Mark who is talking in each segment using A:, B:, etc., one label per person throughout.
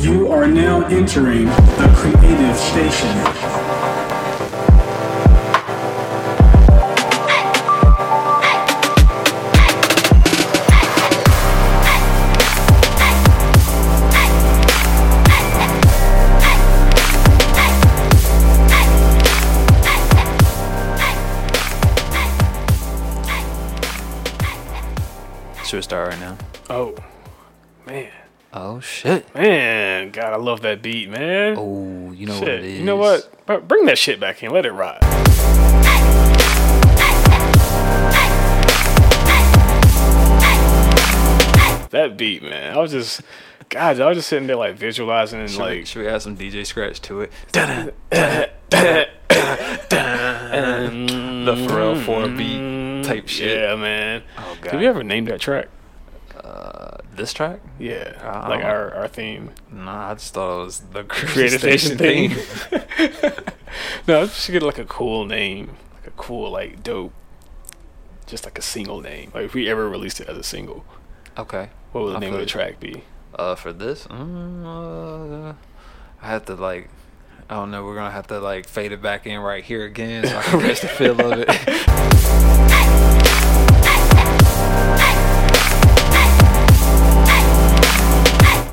A: You are now entering the creative station.
B: Should we start right now?
C: Oh, man,
B: Oh shit!
C: man, God, I love that beat, man.
B: Oh, you know
C: shit.
B: what it is.
C: You know what? Bro, Bring that shit back in. Let it ride. That beat, man. I was just, God, I was just sitting there like visualizing and
B: Should, we,
C: like,
B: should we add some DJ scratch to it? the Pharrell four beat type shit.
C: Mm. yeah, man.
B: Oh god.
C: Did we ever name that track?
B: this track?
C: Yeah,
B: Uh, I
C: like
B: don't-
C: our our theme.
B: Nah, I just thought it was the Creative
C: Creative Station
B: Station
C: thing.
B: thing.
C: No, just get like a cool name, like a cool, like dope, just like a single name. Like if we ever released it as a single,
B: okay.
C: what would the
B: I
C: name
B: feel
C: of the
B: you.
C: track be?
B: Uh, for this, mm, uh, I have to like. I don't know. We're gonna have to like fade it back in right here again, so I can catch the feel of it.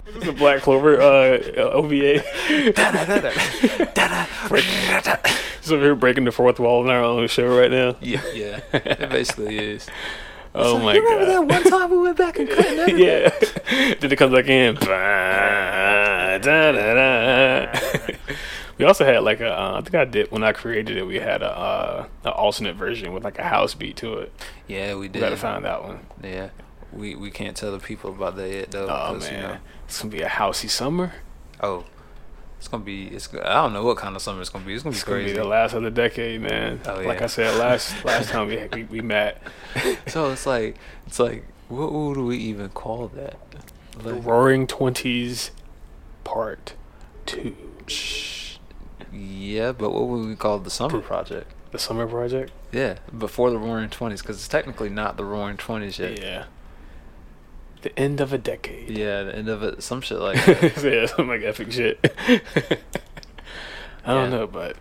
C: This is a Black Clover uh, OVA. so we're breaking the fourth wall in our own show right now.
B: yeah, yeah. It basically is.
C: Oh my
B: you remember
C: god.
B: that one time we went back and cut that?
C: yeah. Then it comes back in. Bah, da, da, da. we also had like a, uh, I think I did when I created it. We had a, uh, an alternate version with like a house beat to it.
B: Yeah, we
C: We
B: did.
C: gotta find that one.
B: Yeah, we we can't tell the people about that yet though.
C: Oh
B: 'cause,
C: man,
B: You know,
C: it's gonna be a housey summer.
B: oh, it's gonna be. It's. go- I don't know what kind of summer it's gonna be. It's gonna be
C: It's gonna
B: crazy.
C: be the last of the decade, man.
B: Oh,
C: Like
B: yeah.
C: I said last last time we, we we met,
B: so it's like it's like what, what do we even call that?
C: the
B: Like,
C: Roaring Twenties, Part Two,
B: yeah, but what would we call the summer project?
C: the summer project.
B: Yeah, before the Roaring Twenties, because it's technically not the Roaring Twenties yet.
C: Yeah, the end of a decade.
B: Yeah, the end of it, some shit like that.
C: Yeah, some like epic shit. I don't
B: Yeah.
C: know, but.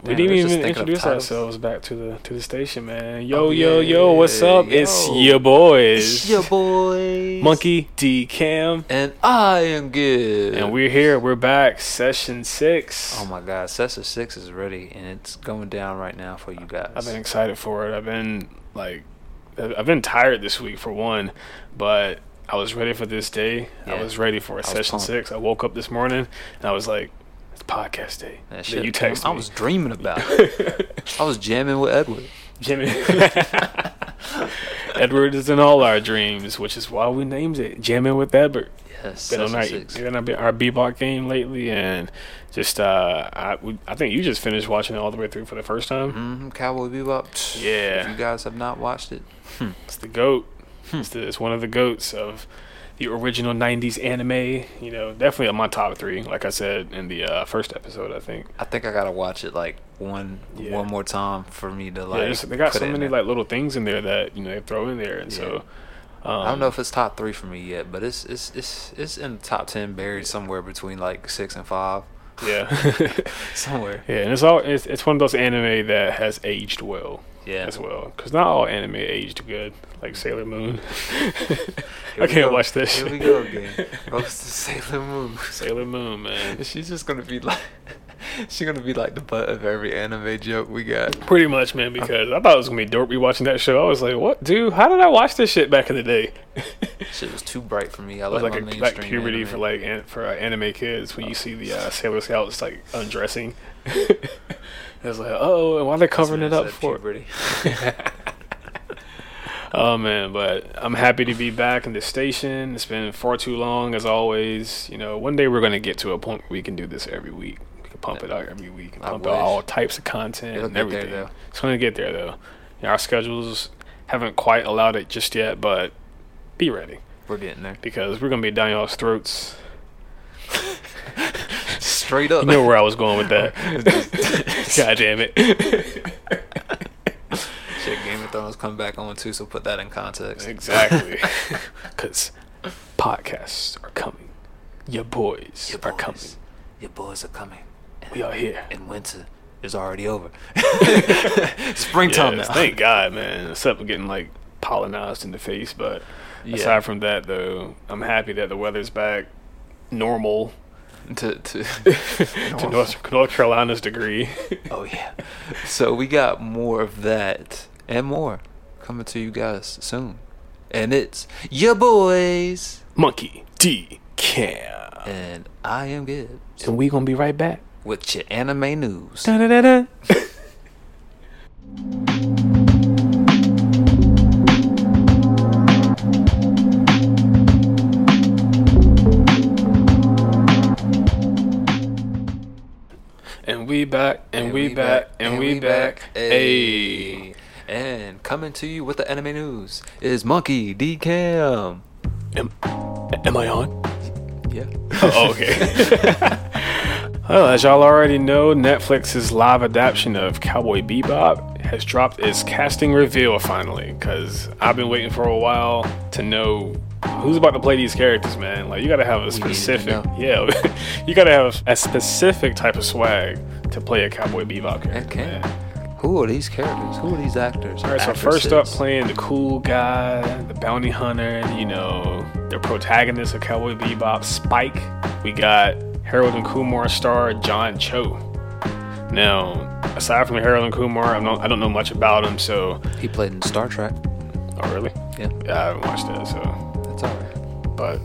C: We
B: Damn,
C: didn't
B: I was just
C: even
B: thinking of
C: introduce
B: titles.
C: ourselves back to the to the station, man. Yo,
B: Oh,
C: yo,
B: yeah,
C: yo, what's up? It's
B: yo.
C: your boys.
B: It's your boy
C: Monkey D Cam.
B: and I am good.
C: And we're here. We're back. Session six.
B: Oh my God, Session Six is ready, and it's going down right now for you guys.
C: I've been excited for it. I've been like, I- I've been tired this week for one, but I was ready for this day. I
B: Yeah.
C: was ready for session
B: pumped.
C: six. I woke up this morning and I was like, it's podcast day.
B: That
C: Then
B: shit,
C: you text
B: I
C: me.
B: was dreaming about. it. I was jamming with Edward.
C: Jimmy. Edward is in all our dreams, which is why we named it Jamming with Edward.
B: Yes,
C: been on our,
B: session six.
C: been on our bebop game lately, and just uh, I we- I think you just finished watching it all the way through for the first time.
B: Mhm, Cowboy Bebop.
C: Yeah.
B: If you guys have not watched it,
C: It's the goat.
B: Hmm.
C: It's, the, it's one of the goats of the original '90s anime. You know, definitely on my top three. Like I said in the uh, first episode, I think.
B: I think I gotta watch it like one
C: Yeah.
B: one more time for me to
C: Yeah,
B: like.
C: there's- they got
B: put
C: so
B: it in
C: many
B: there.
C: like little things in there that you know they throw in there, and so um,
B: I don't know if it's top three for me yet, but it's it's it's it's in the top ten, buried somewhere between like six and five,
C: Yeah,
B: somewhere.
C: yeah, and it's all it's, it's one of those anime that has aged well.
B: Yeah.
C: as well, because not all anime aged good, like Sailor Moon.
B: Here
C: I
B: we
C: can't
B: go.
C: watch this.
B: Here we go again. Roast the Sailor Moon.
C: Sailor Moon, man.
B: She's just gonna be like, she's gonna be like the butt of every anime joke we got.
C: Pretty much, man, because I thought it was gonna be dork rewatching that show. I was like, "What, dude? How did I watch this shit back in the day?" it
B: Shit was too bright for me. I
C: was
B: like,
C: like
B: my
C: a,
B: mainstream
C: like puberty
B: anime. Oh.
C: for like an, for uh, anime kids when you see the uh, Sailor Scouts like undressing. it's like, oh, and why are they covering it
B: Said
C: up for?
B: puberty.
C: Oh man, but I'm happy to be back in the station. It's been far too long, as always. You know, one day we're gonna get to a point where we can do this every week. We can pump it out every week, and
B: I
C: pump
B: wish.
C: out all types of content
B: It'll
C: and
B: get there,
C: everything.
B: though.
C: it's gonna get there though. You know, our schedules haven't quite allowed it just yet, but be ready
B: We're getting there.
C: because we're gonna be down y'all's throats.
B: Straight up.
C: You know where I was going with that. God damn it!
B: Shit, Game of Thrones come back on too, so put that in context.
C: Exactly, because podcasts are coming Your boys
B: Your
C: are
B: boys.
C: coming.
B: Your boys are coming.
C: We are here.
B: And winter is already over. Springtime
C: Yes,
B: now.
C: thank God, man. Except for getting like pollinized in the face, but
B: Yeah.
C: aside from that, though, I'm happy that the weather's back normal
B: to, to,
C: to North, North Carolina's degree.
B: oh yeah. So we got more of that and more coming to you guys soon. And it's your boys.
C: Monkey D Cam,
B: And I am Gibbs
C: and we gonna be right back.
B: with your anime news.
C: Da-da-da-da. And we back, and, we, back, and we back. Hey.
B: Ayy. And coming to you with the anime news is Monkey D Cam.
C: Am, am I on?
B: Yeah.
C: Oh, okay. well, as y'all already know, Netflix's live adaptation of Cowboy Bebop has dropped its casting reveal finally, because I've been waiting for a while to know who's about to play these characters, man. Like, you gotta have a
B: needed to
C: specific,
B: know.
C: yeah, you gotta have a specific type of swag to play a Cowboy Bebop character.
B: Okay.
C: man.
B: Who are these characters? Who are these actors?
C: All right, so first up, playing the cool guy, the bounty hunter, you know, the protagonist of Cowboy Bebop, Spike. We got Harold and Kumar star John Cho. Now, aside from Harold and Kumar, I'm not, I don't know much about him, so.
B: he played in Star Trek.
C: Oh, really?
B: Yeah,
C: Yeah, I haven't watched that, so.
B: that's all right.
C: But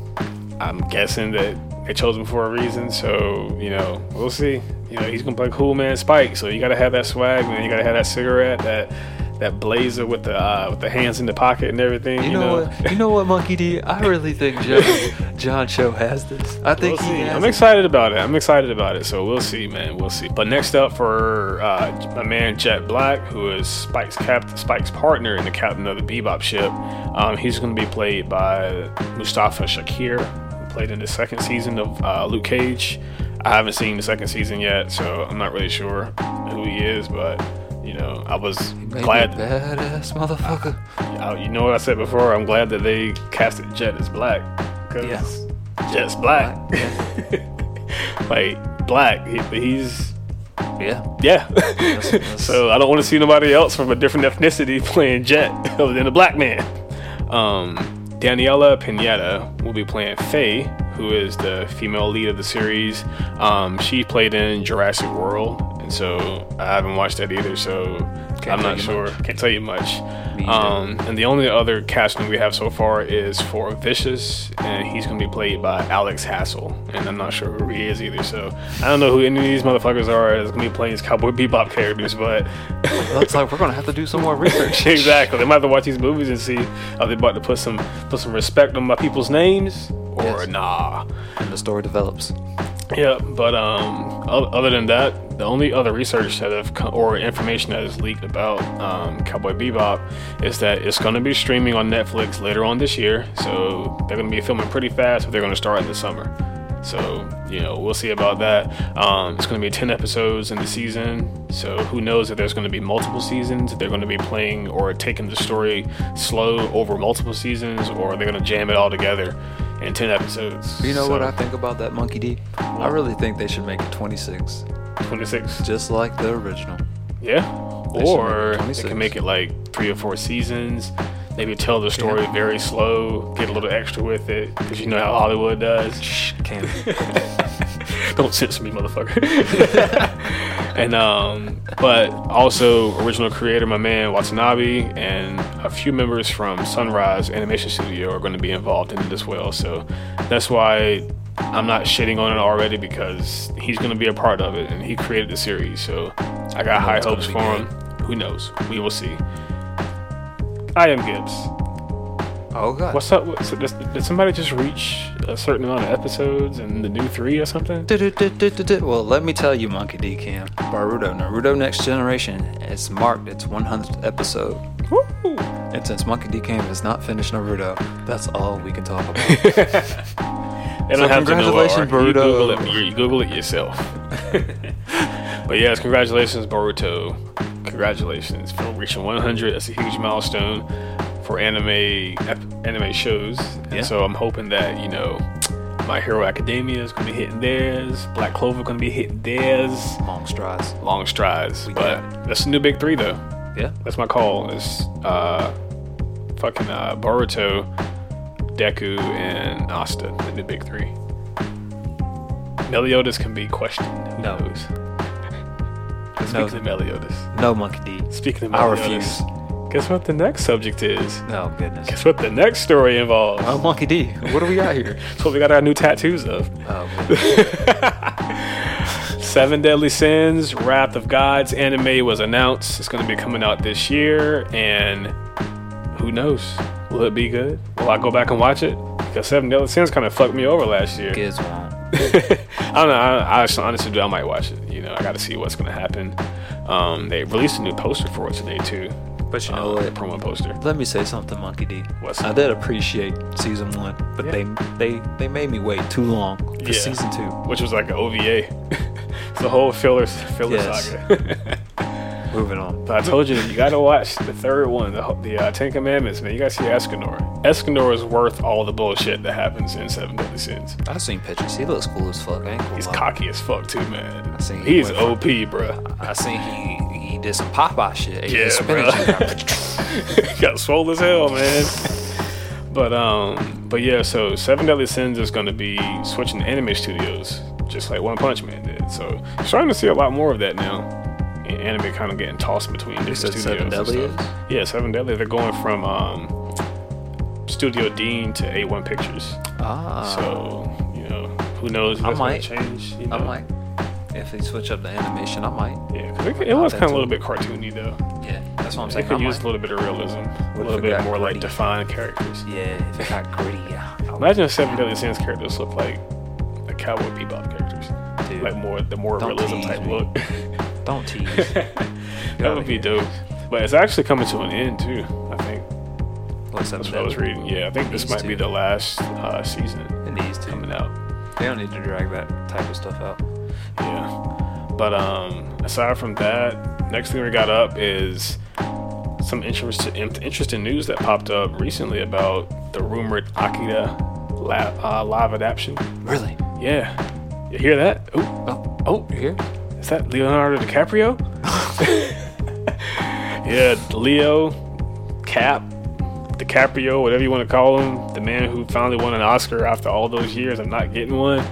C: I'm guessing that they chose him for a reason, so, you know, we'll see. You know, he's gonna play Cool Man Spike, so you gotta have that swag, man. You gotta have that cigarette, that. That blazer with the uh, with the hands in the pocket and everything.
B: You, know, what? You know what, Monkey D? I really think John, John Cho has this. I think
C: We'll
B: he
C: see.
B: has.
C: I'm
B: it.
C: excited about it. I'm excited about it. So we'll see, man. We'll see. But next up for uh, my man Jet Black, who is Spike's captain, Spike's partner and the captain of the Bebop ship. Um, he's going to be played by Mustafa Shakir, who played in the second season of uh, Luke Cage. I haven't seen the second season yet, so I'm not really sure who he is, but. You know, I was
B: Maybe
C: glad.
B: a badass motherfucker.
C: Uh, you know what I said before? I'm glad that they casted Jet as black. Cause
B: Yes.
C: Jet's black.
B: Yeah.
C: like black. He, but he's
B: yeah.
C: yeah.
B: that's-
C: so I don't want to see nobody else from a different ethnicity playing Jet other than a black man. Um, Daniela Pineda will be playing Faye, who is the female lead of the series. Um, she played in Jurassic World, and so I haven't watched that either. So
B: Can't tell
C: I'm not
B: you
C: sure. Can't tell you much.
B: Me either.
C: Um, and the only other casting we have so far is for Vicious, and he's going to be played by Alex Hassel. And I'm not sure who he is either, so I don't know who any of these motherfuckers are that's going to be playing these Cowboy Bebop characters, but
B: Looks like we're gonna have to do some more research.
C: exactly. They might have to watch these movies and see are they about to put some put some respect on my people's names or
B: Yes.
C: nah.
B: and the story develops.
C: Yeah, but um, o- other than that, the only other research that have co- or information that is leaked about um, Cowboy Bebop is that it's going to be streaming on Netflix later on this year. So they're going to be filming pretty fast, but they're going to start in the summer. So you know we'll see about that. Um, it's going to be ten episodes in the season. So who knows if there's going to be multiple seasons? If they're going to be playing or taking the story slow over multiple seasons, or they're going to jam it all together in ten episodes.
B: You know what
C: So,
B: I think about that Monkey D? I really think they should make it 26,
C: Twenty-six.
B: just like the original.
C: Yeah.
B: They should
C: Or
B: make it 26.
C: they can make it like three or four seasons. Maybe tell the story very slow, get a little extra with it, because you know how Hollywood does.
B: Can't.
C: Don't censor me, motherfucker. and um, but also original creator, my man Watanabe, and a few members from Sunrise Animation Studio are going to be involved in it as well. So that's why I'm not shitting on it already because he's going to be a part of it, and he created the series. So I got high
B: it's gonna
C: hopes
B: be
C: for him. Who knows? We will see. I am Gibbs.
B: Oh god.
C: What's up? What's, did did somebody just reach a certain amount of episodes and the new three or something?
B: Well, let me tell you, Monkey D Cam, Naruto, Naruto Next Generation has marked its 100th episode.
C: Woo!
B: And since Monkey D Cam has not finished Naruto, that's all we can talk about.
C: They
B: So
C: don't have to know
B: congratulations,
C: Art. You
B: Boruto.
C: Google it. You, you Google it yourself. but yes, congratulations, Boruto. Congratulations for reaching 100. That's a huge milestone for anime ep- anime shows. And
B: Yeah.
C: so I'm hoping that you know My Hero Academia is going to be hitting theirs. Black Clover going to be hitting theirs.
B: Long strides.
C: Long strides,
B: We
C: but
B: got
C: that's the new big three though.
B: Yeah.
C: That's my call. Is uh, fucking uh, Boruto, Deku, and Asta, the new big three. Meliodas can be questioned. Who
B: No.
C: knows?
B: No.
C: Speaking of Meliodas.
B: No monkey D.
C: Speaking of
B: I
C: Meliodas.
B: refuse.
C: Guess what the next subject is?
B: No Oh, goodness.
C: Guess what the next story involves?
B: Oh, monkey D. What do we got here?
C: That's what we got our new tattoos of.
B: Oh, goodness.
C: Seven Deadly Sins, Wrath of Gods anime was announced. It's going to be coming out this year, and who knows? Will it be good? Will I go back and watch it? Because Seven Deadly Sins kind of fucked me over last year.
B: kids won't.
C: I don't know. I, I just honestly, do. I might watch it. You know, I got to see what's going to happen. Um, they released a new poster for it today too.
B: But you
C: Um,
B: know
C: the
B: what?
C: promo poster.
B: Oh, Let me say something, Monkey D.
C: What's
B: I
C: up?
B: did appreciate season one, but
C: Yeah.
B: they they they made me wait too long for
C: Yeah.
B: season two.
C: which was like an OVA. it's the whole filler filler
B: Yes.
C: saga.
B: Moving on.
C: but I told you, you gotta watch the third one, the, the uh, Ten Commandments, man. You gotta see Escanor. Escanor is worth all the bullshit that happens in Seven Deadly Sins.
B: I've seen pictures. He looks cool as fuck. I ain't gonna
C: He's
B: lie.
C: cocky as fuck too, man.
B: I seen he
C: He's
B: went
C: OP, bruh.
B: I seen he he did some Popeye shit. He
C: Yeah,
B: did spinach and got-
C: He got swole as hell, man. but um, but yeah. So Seven Deadly Sins is gonna be switching to anime studios, just like One Punch Man did. So you're starting to see a lot more of that now. And anime kind of getting tossed between different
B: said
C: studios.
B: Seven
C: and
B: Deadly
C: stuff. Yeah, Seven Deadly. They're going from um, Studio Dean to A1 Pictures.
B: Ah,
C: so you know, who knows? if
B: I
C: that's gonna
B: might.
C: change. You know?
B: I might. If they switch up the animation, I might.
C: Yeah, 'cause it, it was
B: That
C: kind of a
B: too.
C: little bit cartoony though.
B: Yeah, that's what I'm
C: They
B: saying. I
C: could use a
B: might.
C: little bit of realism, a
B: if
C: little
B: it
C: bit
B: got
C: more like
B: gritty?
C: defined characters.
B: Yeah, if it got gritty, yeah. I would-
C: Imagine if Seven Deadly Sins characters look like the Cowboy Bebop characters,
B: Dude.
C: like more the more
B: Don't
C: realism
B: tease
C: type
B: me.
C: look.
B: Don't tease.
C: that would be dope. But it's actually coming to an end too. I think
B: What's up with
C: that's what I was
B: that?
C: reading. Yeah, I think this
B: Needs
C: might be
B: to.
C: the last uh, season
B: It needs to.
C: coming out.
B: They don't need to drag that type of stuff out.
C: Yeah. But um, aside from that, next thing we got up is some interest, in- interesting news that popped up recently about the rumored Akira la- uh, live adaptation.
B: Really?
C: Yeah. You hear that? Oh,
B: Oh,
C: oh,
B: you here?
C: is that Leonardo DiCaprio? yeah, Leo, Cap, DiCaprio, whatever you want to call him, the man who finally won an Oscar after all those years of not getting one,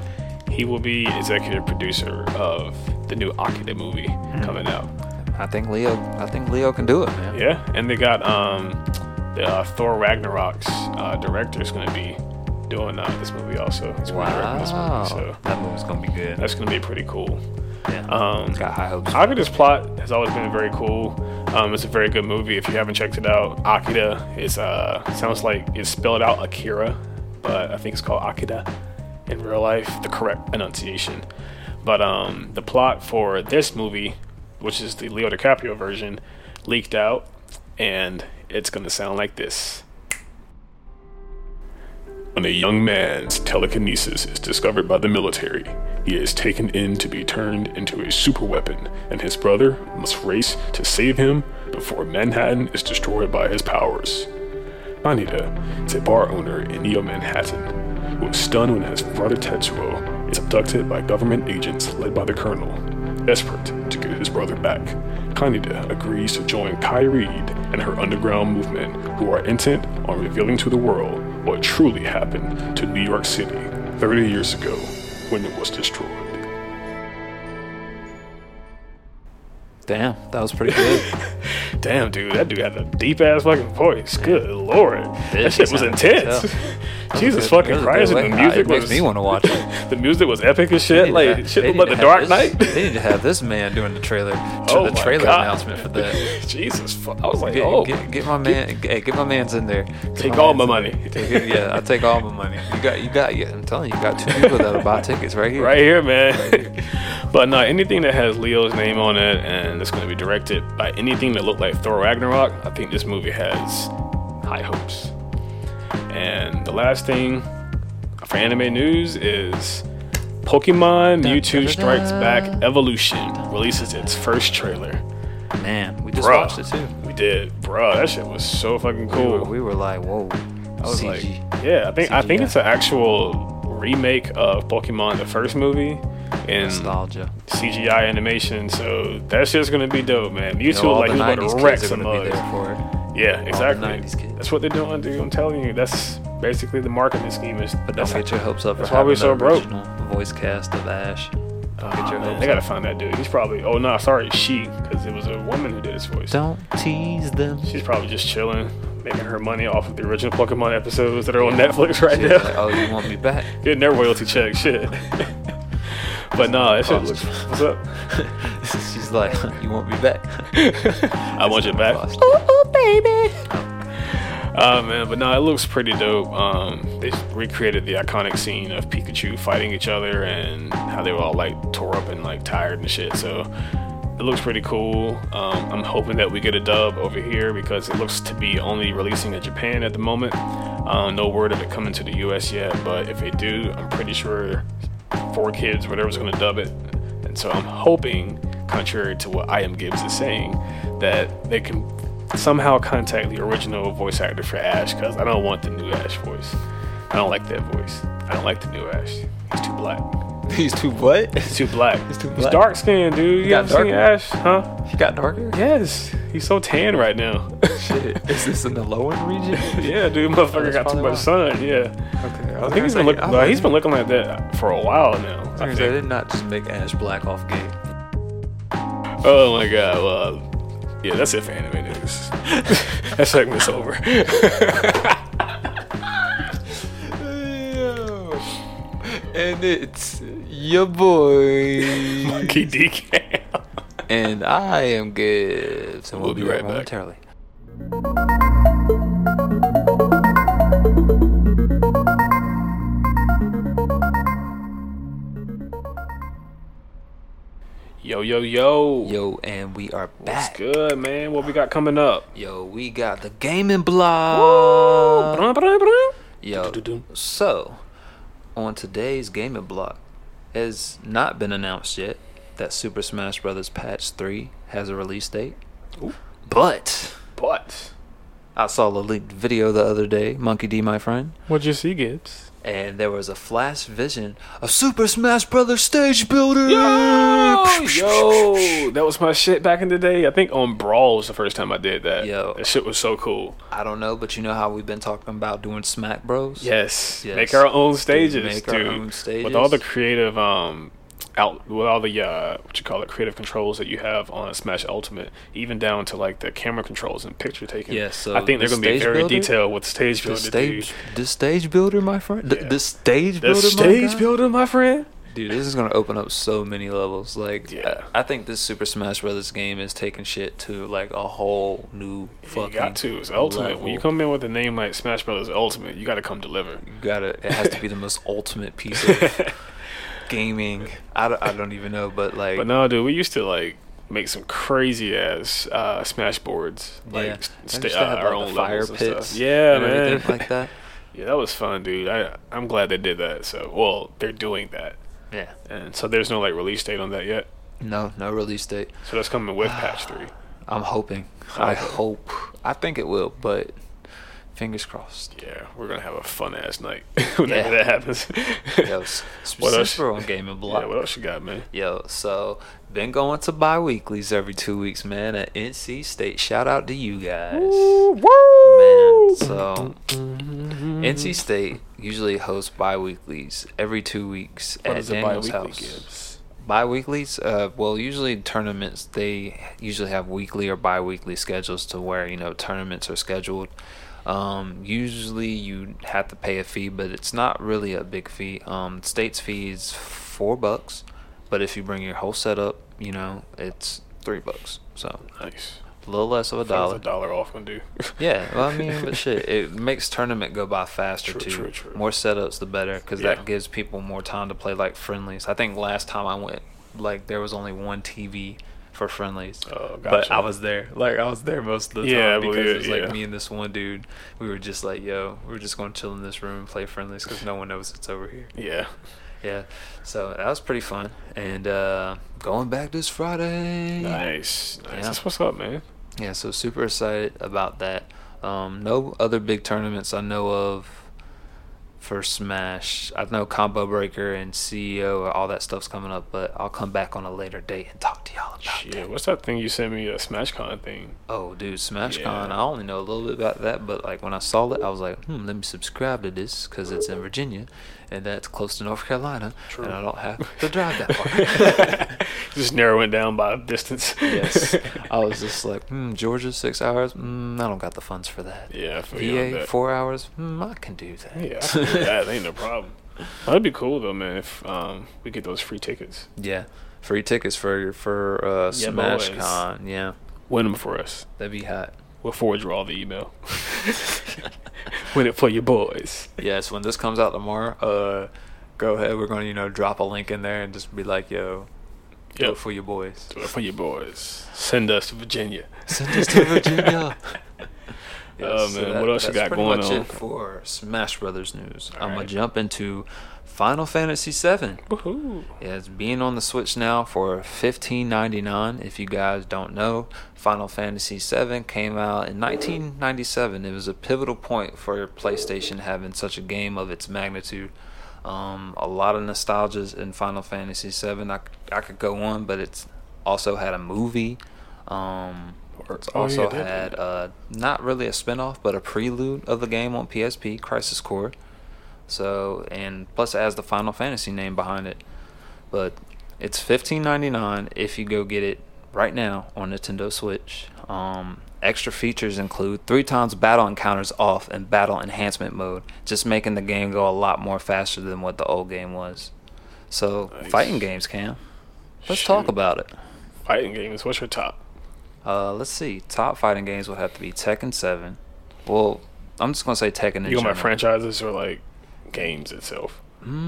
C: he will be executive producer of the new Akira movie coming out.
B: I think Leo. I think Leo can do it, man.
C: Yeah, and they got um, the uh, Thor Ragnarok's uh, director is going to be doing uh, this movie also. He's gonna be directing this movie,
B: Wow.
C: so
B: That movie's gonna be good.
C: that's going to be pretty cool.
B: Yeah.
C: Um,
B: Got high hopes.
C: Akira's plot has always been very cool. Um, it's a very good movie. If you haven't checked it out, Akira is uh, sounds like it's spelled out Akira, but I think it's called Akira in real life, the correct pronunciation. But um, the plot for this movie, which is the Leo DiCaprio version, leaked out, and it's gonna sound like this. When a young man's telekinesis is discovered by the military, he is taken in to be turned into a superweapon, and his brother must race to save him before Manhattan is destroyed by his powers. Anita is a bar owner in Neo Manhattan, who is stunned when his brother Tetsuo is abducted by government agents led by the Colonel. Desperate to get his brother back, Kaneda agrees to join Kai Reed and her underground movement, who are intent on revealing to the world what truly happened to New York City 30 years ago when it was destroyed.
B: Damn, that was pretty good.
C: Damn, dude, that dude had a deep ass fucking voice. Good lord, that
B: Bitch,
C: shit was
B: sound
C: intense.
B: like
C: Jesus
B: That was
C: fucking
B: good.
C: Christ,
B: That was
C: and the
B: a good
C: music
B: way.
C: was
B: It makes me wanna watch it.
C: the music was epic as
B: They
C: shit.
B: need
C: Like
B: to have-
C: shit
B: they need to
C: looked like the
B: have
C: Dark
B: this-
C: Knight.
B: they need to have this man doing the trailer to
C: Oh
B: the
C: my
B: trailer
C: God.
B: announcement for that.
C: Jesus, fuck. I was like,
B: Get,
C: oh,
B: get, get my man, hey, get my man's in there. Get
C: take all my
B: man's
C: money.
B: in there. Take it- yeah, I take all my money. You got, you got. Yeah, I'm telling you, you got two people that'll buy tickets right here.
C: right here, man. but no, anything that has Leo's name on it and it's going to be directed by anything that looked like Thor Ragnarok, I think this movie has high hopes. And the last thing for anime news is Pokemon Mewtwo Strikes Back Evolution releases its first trailer.
B: man. We just
C: Bruh.
B: watched it too.
C: We did, bruh. That shit was so fucking
B: We
C: cool.
B: were, we were like, whoa.
C: I was
B: CG.
C: like, yeah, I think I think
B: CGI.
C: it's an actual remake of Pokemon the first movie and
B: Nostalgia.
C: CGI animation. So that shit's gonna be dope, man. Mewtwo
B: all
C: like
B: the
C: he's about
B: 90s
C: to wreck
B: kids
C: some
B: gonna be
C: mugs.
B: there for it.
C: Yeah, exactly.
B: 90s kids.
C: That's what they're doing, dude. I'm telling you, that's basically the marketing scheme. Is
B: But
C: that's
B: don't get your hopes up. for
C: that's why we
B: having
C: so
B: the
C: broke.
B: original Voice cast of Ash. Don't
C: Oh,
B: get your
C: man,
B: hopes
C: they
B: up.
C: gotta find that dude. He's probably. Oh no, sorry, she, because it was a woman who did his voice.
B: Don't tease them.
C: She's probably just chilling, making her money off of the original Pokemon episodes that are on Netflix right
B: She's
C: now.
B: like, oh, you want me back?
C: Getting their royalty check, shit. but no, it's
B: Public.
C: just, what's up?
B: She's like, you want me back?
C: I want you back.
B: Lost.
C: Uh, man, but no, it looks pretty dope. Um, they recreated the iconic scene of Pikachu fighting each other and how they were all like tore up and like tired and shit. So it looks pretty cool. Um, I'm hoping that we get a dub over here because it looks to be only releasing in Japan at the moment. Um, no word of it coming to the US yet, but if they do, I'm pretty sure Four Kids, whatever's going to dub it. And so I'm hoping, contrary to what I am Gibbs is saying, that they can somehow contact the original voice actor for Ash because I don't want the new Ash voice. I don't like that voice. I don't like the new Ash. He's too black.
B: He's too what?
C: He's too black.
B: He's too
C: He's
B: black.
C: dark skinned, dude. You
B: got
C: ever seen
B: darker?
C: Ash? Huh?
B: He got darker?
C: Yes, he's so tan right now.
B: Shit. Is this in the lower region?
C: yeah, dude, motherfucker
B: That's
C: got too
B: probably
C: much
B: why.
C: sun. Yeah,
B: Okay.
C: I think he's been looking. He's been looking like that for a while now. I
B: They
C: think.
B: did not just make Ash black off gay.
C: Oh my god. Well, yeah, that's it for anime news. that segment's over.
B: And it's your boy.
C: Monkey DK.
B: and I am Gibbs. And
C: We'll be right back.
B: momentarily.
C: yo, yo, yo.
B: Yo, and we are
C: What's
B: back.
C: good, man? What we got coming up?
B: Yo, we got the gaming block.
C: Brum, brum, brum.
B: Yo,
C: Du-du-du-dum.
B: so on today's gaming block has not been announced yet that Super Smash Bros. Patch 3 has a release date.
C: Ooh.
B: But
C: But
B: I saw a leaked video the other day, Monkey D, my friend,
C: what'd you see, Gibbs?
B: and there was a flash vision of Super Smash Bros. Stage Builder.
C: Yo, yo, that was my shit back in the day. I think on Brawl was the first time I did that.
B: Yo.
C: that shit was so cool.
B: I don't know, but you know how we've been talking about doing Smack Bros.
C: Yes.
B: Yes.
C: Make our own stages,
B: Make
C: dude.
B: our own stages.
C: With all the creative um out with all the uh what you call it creative controls that you have on Smash Ultimate, even down to like the camera controls and picture taking.
B: Yeah, so
C: I think they're
B: the
C: gonna be
B: stage
C: very
B: builder-
C: detailed with stage
B: The
C: builder.
B: stage,
C: dude.
B: the stage builder, my friend. The,
C: Yeah.
B: the stage
C: The
B: builder, my
C: stage
B: guy?
C: builder, my friend.
B: Dude, this is gonna open up so many levels. Like,
C: Yeah.
B: I, I think this Super Smash Brothers game is taking shit to like a whole new fucking.
C: you got to. It's ultimate. When you
B: level.
C: come in with a name like Smash Brothers Ultimate, you gotta come deliver.
B: You gotta. It has to be the most ultimate piece of gaming. I don't, I don't even know, but like,
C: But no, dude, we used to like make some crazy ass uh, Smash boards, like
B: yeah,
C: st-
B: I
C: sta-
B: used to have,
C: uh,
B: like,
C: our
B: the
C: own
B: fire
C: levels and stuff.
B: pits.
C: Yeah,
B: and
C: man,
B: everything like that.
C: Yeah, that was fun, dude. I I'm glad they did that. So, well, they're doing that,
B: Yeah.
C: and so there's no like release date on that yet.
B: No, no release date.
C: So that's coming with patch three.
B: I'm hoping. I hope. I think it will, but fingers crossed.
C: Yeah, we're gonna have a fun ass night whenever
B: Yeah.
C: that happens.
B: Yo, s-
C: What else?
B: since we're on Game and Block.
C: yeah, what else you got, man?
B: Yo, so been going to bi weeklies every two weeks, man, at NC State. Shout out to you guys. Man, so NC State usually hosts bi weeklies every two weeks
C: What
B: at
C: is the
B: Daniel's
C: bi-weekly
B: house.
C: gives?
B: Bi-weeklies, uh, well, usually tournaments they usually have weekly or bi-weekly schedules to where you know tournaments are scheduled. Um, usually you have to pay a fee, but it's not really a big fee. Um, state's fee is four bucks, but if you bring your whole setup, you know it's three bucks, so
C: Nice.
B: a little less of a
C: Dollar.
B: dollar.
C: A dollar off gonna do.
B: Yeah, well, I mean, but shit, it makes tournament go by faster
C: True,
B: too.
C: true, true.
B: More setups, the better, because
C: Yeah.
B: that gives people more time to play like friendlies. I think last time I went, like there was only one TV for friendlies,
C: Oh,
B: but
C: gotcha.
B: I was there. Like I was there most of the
C: Yeah, I
B: time because
C: believe
B: it
C: it,
B: was like
C: yeah.
B: me and this one dude. We were just like, yo, we're just going to chill in this room and play friendlies because no one knows it's over here.
C: yeah.
B: Yeah, so that was pretty fun. And uh, going back this Friday.
C: Nice. Nice.
B: Yeah.
C: That's what's up, man.
B: Yeah, so super excited about that. Um, no other big tournaments I know of for Smash. I know Combo Breaker and CEO, all that stuff's coming up, but I'll come back on a later date and talk to y'all about
C: Shit,
B: that.
C: what's that thing you sent me? That SmashCon thing.
B: Oh, dude, SmashCon. I
C: Yeah.
B: only know a little bit about that, but like when I saw it, I was like, hmm, let me subscribe to this because it's in Virginia, and that's close to North Carolina, and I don't have to drive that far.
C: Just narrow it down by distance.
B: yes, I was just like, hmm, Georgia six hours. Hmm, I don't got the funds for that.
C: yeah, I feel you on
B: VA
C: that.
B: four hours. Hmm, I can do that.
C: Yeah, I can do that ain't no problem. That'd be cool though, man. If um, we get those free tickets,
B: Yeah, free tickets for for uh,
C: Yeah,
B: Smash
C: boys.
B: Con. Yeah,
C: win them for us.
B: that'd be hot.
C: We'll forward you all the email. win it for your boys.
B: Yes, when this comes out tomorrow, uh, go ahead. We're gonna you know drop a link in there and just be like, yo, do
C: Yep. Uh,
B: it for your boys.
C: Do it for your boys. Send us to Virginia.
B: Send us to Virginia.
C: Oh, man, what else you
B: that's
C: got
B: pretty
C: going
B: much
C: on?
B: It for Smash Brothers news. I'm
C: right.
B: gonna jump into Final Fantasy VII.
C: Woohoo!
B: Yeah, it's being on the Switch now for 15.99. If you guys don't know, Final Fantasy VII came out in 1997. It was a pivotal point for PlayStation having such a game of its magnitude. Um, a lot of nostalgias in Final Fantasy VII. I, I could go on, but it's also had a movie. Um, it's
C: Oh, yeah,
B: also
C: definitely.
B: had uh, not really a spinoff, but a prelude of the game on PSP, Crisis Core. So, and plus it has the Final Fantasy name behind it. But it's fifteen ninety nine if you go get it right now on Nintendo Switch. Um, extra features include three times battle encounters off and battle enhancement mode, just making the game go a lot more faster than what the old game was. So,
C: Nice.
B: fighting games, Cam. Let's talk
C: Shoot.
B: about it.
C: Fighting games. What's your top?
B: Uh, let's see. Top fighting games would have to be Tekken 7. Well, I'm just gonna say Tekken in
C: You go my
B: general.
C: franchises or like games itself?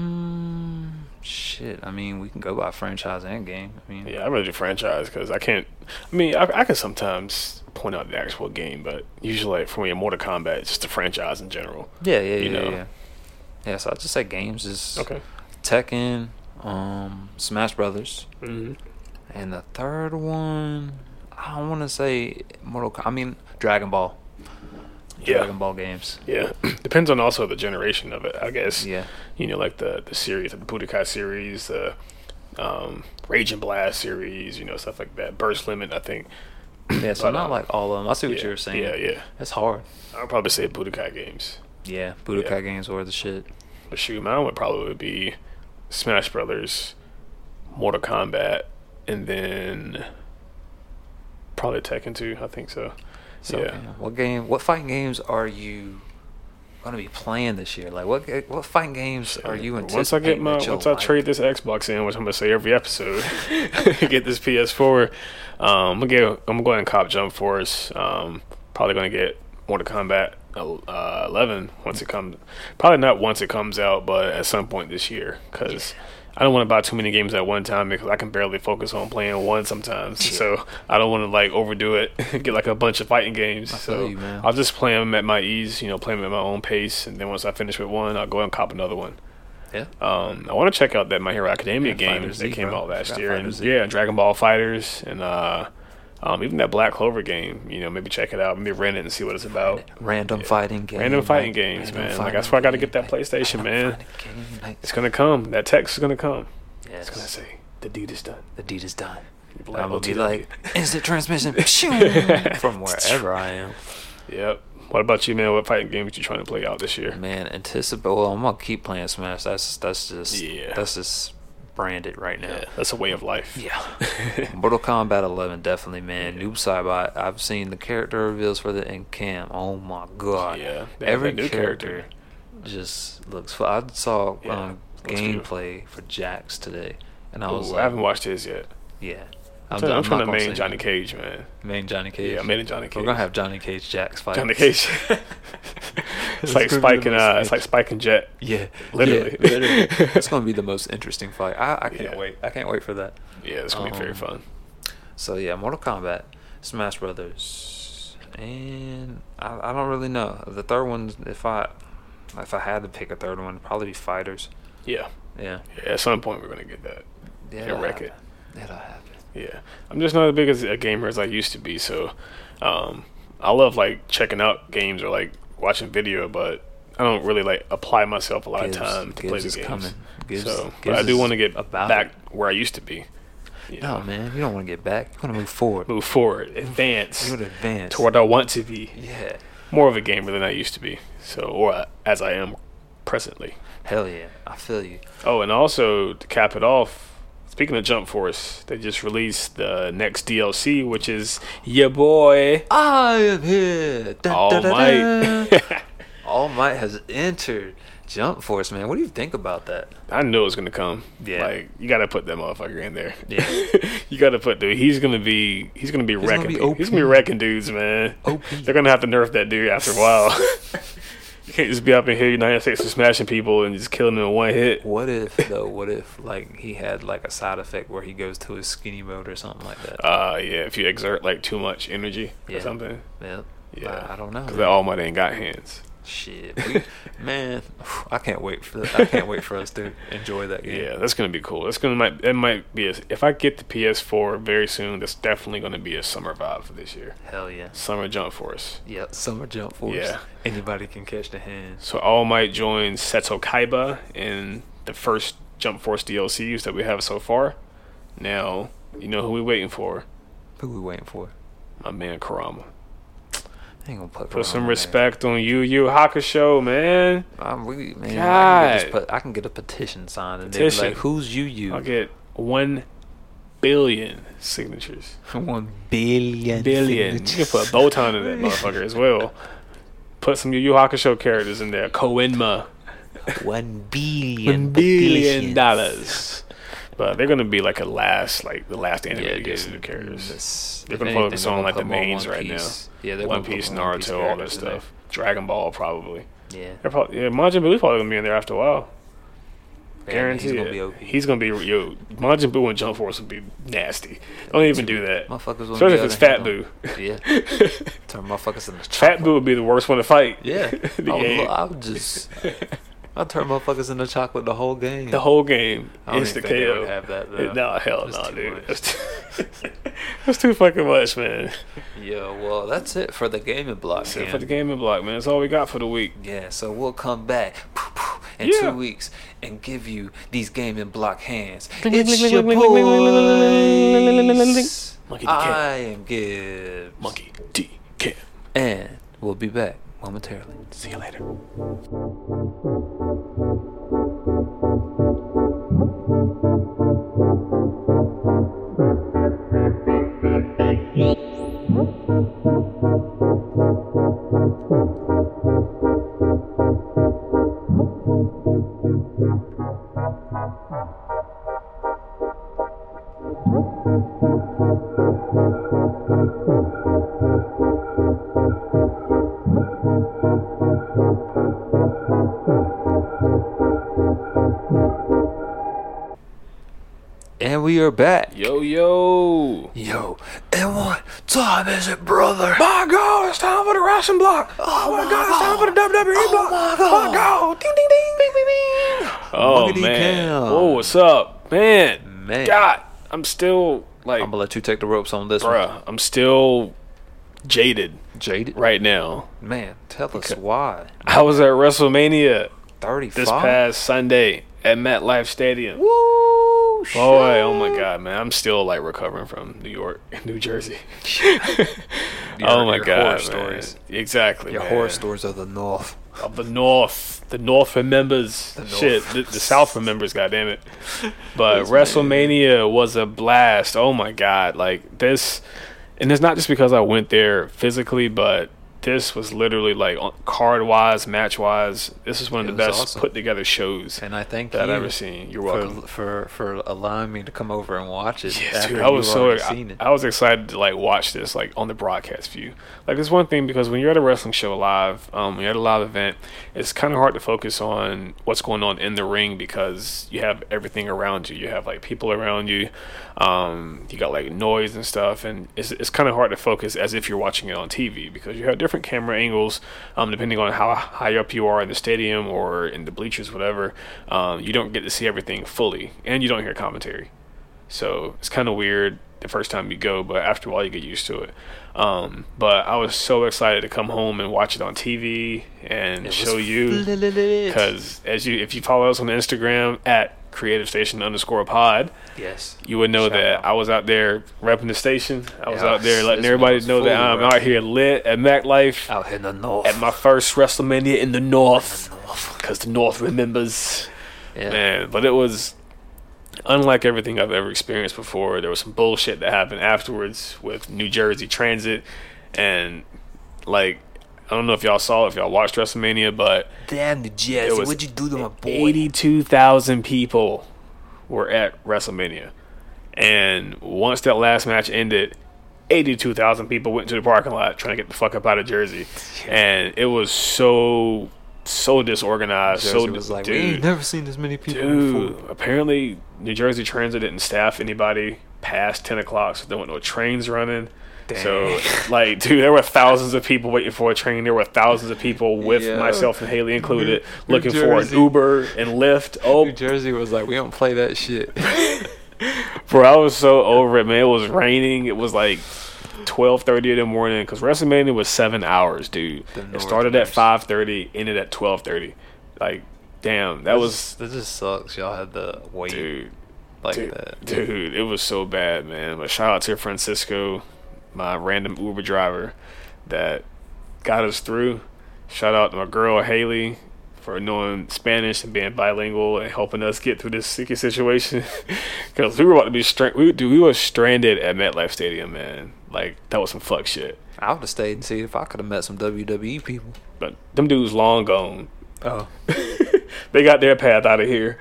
B: Mm, shit. I mean, we can go by franchise and game. I mean,
C: Yeah, I really do franchise because I can't. I mean, I, I can sometimes point out the actual game, but usually like, for me, in Mortal Kombat, it's just the franchise in general.
B: yeah, yeah,
C: You
B: yeah,
C: know.
B: yeah. Yeah, so I just say games is
C: Okay.
B: Tekken, um, Smash Brothers,
C: Mm-hmm.
B: and the third one. I don't want to say Mortal. Kombat. I mean, Dragon Ball.
C: Yeah.
B: Dragon Ball games.
C: Yeah. Depends on also the generation of it, I guess.
B: Yeah.
C: You know, like the the series, the Budokai series, the um, Rage and Blast series, you know, stuff like that. Burst Limit, I think.
B: Yeah. So
C: But,
B: not
C: um,
B: like all of them. I see what
C: yeah,
B: you were saying.
C: Yeah, yeah.
B: That's hard.
C: I'd probably say Budokai games.
B: Yeah. Budokai
C: Yeah.
B: games were the shit.
C: But shoot, mine would probably be Smash Brothers, Mortal Kombat, and then probably Tekken 2, I think so.
B: So,
C: yeah.
B: Cam, what game? What fighting games are you gonna be playing this year? Like, what ga- what fighting games are you anticipating?
C: once I get my
B: that you'll
C: once I
B: like?
C: trade this Xbox in, which I'm gonna say every episode, get this PS4. Um, I'm gonna get I'm gonna go ahead and cop Jump Force. Um, probably gonna get Mortal Kombat uh, 11 once it comes. Probably not once it comes out, but at some point this year, because. I don't want to buy too many games at one time because I can barely focus on playing one sometimes. So I don't want to like overdo it, get like a bunch of fighting games.
B: feel
C: so
B: you, man.
C: I'll just play them at my ease, you know, play them at my own pace. And then once I finish with one, I'll go and cop another one.
B: Yeah.
C: Um, I want to check out that My Hero Academia
B: Dragon
C: game
B: Fighter
C: that
B: Z,
C: came
B: bro.
C: out last
B: Dragon
C: year,
B: Fighter
C: and
B: Z.
C: yeah, Dragon Ball Fighters, and uh, um, even that Black Clover game. You know, maybe check it out, maybe rent it and see what it's about.
B: Random fighting games.
C: Random fighting games, man. like that's why I got to get that PlayStation, man. It's gonna come. That text is gonna come.
B: Yes.
C: It's gonna say the deed is done.
B: the deed is done.
C: Black
B: I will be
C: OTW.
B: like instant transmission Pshoo! from wherever I am.
C: Yep. What about you, man? What fighting game are you trying to play out this year?
B: Man, anticipate. Well, I'm gonna keep playing Smash. That's that's just
C: Yeah.
B: that's just branded right now.
C: Yeah, that's a way of life.
B: Yeah. Mortal Kombat 11, definitely, man. Noob Saibot. I've seen the character reveals for the in cam. Oh my god.
C: Yeah, they have
B: Every
C: that new
B: character,
C: character.
B: just looks. fu- I saw
C: Yeah,
B: um,
C: looks beautiful.
B: gameplay for Jax today, and I was
C: Ooh,
B: like,
C: I haven't watched his yet.
B: yeah.
C: I'm,
B: I'm
C: trying- I'm
B: not
C: trying to
B: gonna say
C: main Johnny Cage, man.
B: Main Johnny Cage.
C: Yeah, main Johnny Cage.
B: We're gonna have Johnny Cage Jax fight.
C: Johnny Cage.
B: It's
C: it's like
B: gonna be
C: Spike
B: the
C: and
B: most
C: uh, it's like Spike and Jet.
B: Yeah,
C: Literally.
B: yeah, literally. It's gonna be the most interesting fight. I, I can't
C: Yeah.
B: wait. I can't wait for that.
C: Yeah, it's gonna be very
B: Um,
C: fun.
B: So yeah, Mortal Kombat, Smash Brothers, and I, I don't really know the third one. If I if I had to pick a third one, it'd probably be Fighters.
C: Yeah.
B: Yeah,
C: yeah, at some point we're gonna get that.
B: yeah,
C: It'll wreck it.
B: happen. It'll happen.
C: Yeah, I'm just not as big as a gamer as I used to be. So, um, I love like checking out games or like watching video, but I don't really like apply myself a lot
B: Gibbs-
C: of time to play
B: Gibbs
C: the
B: is
C: games.
B: coming. Gibbs-
C: so, but
B: Gibbs
C: I do
B: is
C: want to get
B: about
C: back where I used to be. You
B: No,
C: know,
B: man, you don't want to get back. You want to move forward.
C: move forward, advance
B: You would advance.
C: to what I want to be.
B: yeah.
C: More of a gamer than I used to be. So, or as I am presently.
B: Hell yeah. I feel you.
C: Oh, and also to cap it off, speaking of Jump Force, they just released the next DLC, which is your boy
B: I am here. Dun,
C: All
B: dun, dun, dun.
C: Might.
B: All Might has entered Jump Force, man. What do you think about that?
C: I knew it was gonna come.
B: Yeah.
C: like you got to put that motherfucker in there.
B: Yeah.
C: you got to put dude. He's gonna be he's gonna be
B: gonna
C: wrecking.
B: be
C: people.
B: OP.
C: He's gonna be wrecking dudes, man.
B: OP.
C: They're gonna have to nerf that dude after a while. you can't just be up in here United States and smashing people and just killing them in one hit.
B: What if though? What if like he had like a side effect where he goes to his skinny mode or something like that?
C: Uh, yeah, if you exert like too much energy
B: Yeah.
C: or something.
B: Yep.
C: Yeah,
B: I, I don't know.
C: Because
B: man.
C: that almighty ain't got hands.
B: Shit, we, man, I can't wait for I can't wait for us to enjoy that game.
C: Yeah, that's gonna be cool. That's gonna might it might be a, if I get the PS4 very soon. That's definitely gonna be a summer vibe for this year.
B: Hell yeah.
C: Summer Jump Force.
B: Yeah, summer jump force.
C: Yeah.
B: Anybody can catch the hands.
C: So All Might joins Seto Kaiba in the first Jump Force DLCs that we have so far. Now, you know who we waiting for?
B: Who we waiting for?
C: My man Karama.
B: Ain't gonna put
C: Put some
B: Corona, man.
C: respect on Yu Yu Hakusho, man.
B: I'm really man. I can, get this
C: God.
B: pet- I can get a petition signed and they'll be
C: Petition.
B: like, "Who's you? You
C: I'll get one billion signatures.
B: one billion
C: Billion. You can put a bow tie in that motherfucker as well. Put some Yu Yu Hakusho characters in there. Koenma.
B: one billion
C: One billion
B: petitions.
C: dollars. But they're gonna be like a last, like the last anime
B: Yeah,
C: to get some new
B: dude.
C: characters.
B: This-
C: They're
B: if
C: gonna
B: anything,
C: focus
B: they're
C: on
B: gonna
C: like the
B: put more
C: mains right
B: Piece.
C: now.
B: Yeah, they're
C: One
B: gonna
C: Piece,
B: put
C: Naruto, all that
B: characters in there.
C: stuff. Dragon Ball probably.
B: Yeah,
C: They're probably yeah, Majin Buu's probably gonna be in there after a while.
B: Man, he's
C: Guaranteed.
B: gonna be OP.
C: He's gonna be yo. Majin Buu and Jump Force would be nasty. Don't even do that.
B: Motherfuckers will
C: Especially if it's Fat Boo.
B: Yeah. Turn motherfuckers into
C: Fat
B: chocolate.
C: Boo would be the worst one to fight.
B: Yeah.
C: the,
B: I, would,
C: game.
B: lo- I would just. I'd turn motherfuckers into chocolate the whole game.
C: the whole game.
B: I don't even
C: Insta
B: think they would
C: KO.
B: have that, though.
C: Nah, hell no,
B: That's too
C: dude.
B: much.
C: That's too, that's too fucking much, man.
B: yeah, well, that's it for the gaming block.
C: That's it
B: man.
C: for the gaming block, man. That's all we got for the week.
B: Yeah, so we'll come back in
C: Yeah.
B: two weeks and give you these gaming block hands.
C: Cling,
B: It's
C: cling,
B: your
C: cling, cling, cling, cling, cling, cling, cling, cling,
B: boys.
C: cling. Monkey D. Cat.
B: I am Gibbs.
C: Monkey D. K.
B: And we'll be back momentarily.
C: See you later.
B: And we are back.
C: Yo, yo.
B: Yo, and what time is it, brother?
C: My God, it's time for the Russian block. Oh, my, God, it's time for the WWE block.
B: my God.
C: My God. Ding, ding, ding, ding, ding, ding. Oh,
B: Muggity
C: man.
B: Cam.
C: Whoa, what's up? Man.
B: Man.
C: God, I'm still, like,
B: I'm gonna let you take the ropes on this one.
C: bruh, I'm still jaded
B: Jaded,
C: right now.
B: man. Tell us why.
C: I was at WrestleMania this
B: Thirty-five.
C: past Sunday at MetLife Stadium.
B: Woo!
C: Boy, oh my God, man! I'm still like recovering from New York, New Jersey. oh my
B: your
C: God,
B: horror
C: man.
B: stories.
C: Exactly,
B: Your
C: man.
B: horror stories of the North.
C: of the North. The North remembers.
B: North.
C: Shit, the, the South remembers. goddamn it! But WrestleMania was a blast. Oh my God! Like this, and it's not just because I went there physically, but this was literally like card wise, match wise. This is one of
B: It was
C: the best
B: awesome.
C: put together shows
B: And I thank
C: that I've
B: you
C: ever seen. You're
B: for,
C: welcome.
B: for for allowing me to come over and watch it.
C: Yes,
B: after
C: dude, I was
B: you
C: so
B: already
C: I,
B: seen it.
C: I was excited to like watch this like on the broadcast view. Like it's one thing because when you're at a wrestling show live, um, when you're at a live event, it's kind of hard to focus on what's going on in the ring because you have everything around you. You have like people around you, um, you got like noise and stuff, and it's it's kind of hard to focus as if you're watching it on TV because you have different camera angles, um, depending on how high up you are in the stadium or in the bleachers, whatever. Um, you don't get to see everything fully, and you don't hear commentary. So it's kind of weird. the first time you go, but after a while you get used to it. Um, but I was so excited to come home and watch it on TV and show you because as you if you follow us on Instagram at creative station underscore pod
B: yes,
C: you would know
B: Shout
C: that
B: out.
C: I was out there repping the station. I was
B: Yeah,
C: out there letting
B: this man
C: everybody
B: was
C: know that
B: full,
C: I'm
B: bro.
C: out here lit at Mac Life
B: out in the north.
C: at my first WrestleMania in the North because the North remembers.
B: yeah.
C: Man, but it was unlike everything I've ever experienced before. There was some bullshit that happened afterwards with New Jersey Transit and like I don't know if y'all saw it, if y'all watched WrestleMania, but
B: Damn the Jets!
C: It was
B: What'd you do to my boy?
C: 82,000 people were at WrestleMania. And once that last match ended, 82,000 people went to the parking lot trying to get the fuck up out of Jersey. And it was so, so disorganized. so,
B: Jersey was like, we ain't
C: dude,
B: never seen this many people before.
C: dude, apparently New Jersey Transit didn't staff anybody past 10 o'clock, so there weren't no trains running. So, like, dude, there were thousands of people waiting for a train. There were thousands of people with
B: Yeah.
C: myself and Haley included
B: New
C: looking for an
B: Jersey.
C: Uber and Lyft. Oh,
B: New Jersey was like, we don't play that shit.
C: bro, I was so over it, man. It was raining. It was like twelve thirty in the morning because WrestleMania was seven hours, dude. It
B: North
C: started at
B: West.
C: five thirty, ended at twelve thirty. Like, damn, that was
B: This just sucks. Y'all had to wait
C: dude.
B: like
C: Dude,
B: that.
C: dude, it was so bad, man. But shout out to Francisco, my random Uber driver that got us through. Shout out to my girl Haley for knowing Spanish and being bilingual and helping us get through this sticky situation. Because we were about to be stranded. We, dude, we were stranded at MetLife Stadium, man. Like that was some fuck shit.
B: I would have stayed and see if I could have met some WWE people.
C: But them dudes long gone.
B: Oh,
C: They got their path out of here.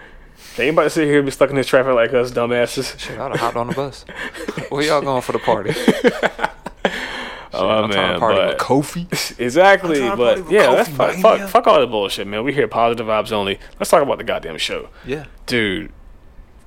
C: They ain't about to sit here and be stuck in this traffic like us dumbasses.
B: shit! I'd have hopped on the bus. Where y'all going for the party?
C: Oh
B: I'm trying to party with Kofi.
C: Exactly,
B: I'm trying to party
C: but
B: with
C: yeah,
B: Kofi
C: that's fuck,
B: Mania.
C: fuck, fuck all the bullshit, man. We hear positive vibes only. Let's talk about the goddamn show,
B: Yeah.
C: dude.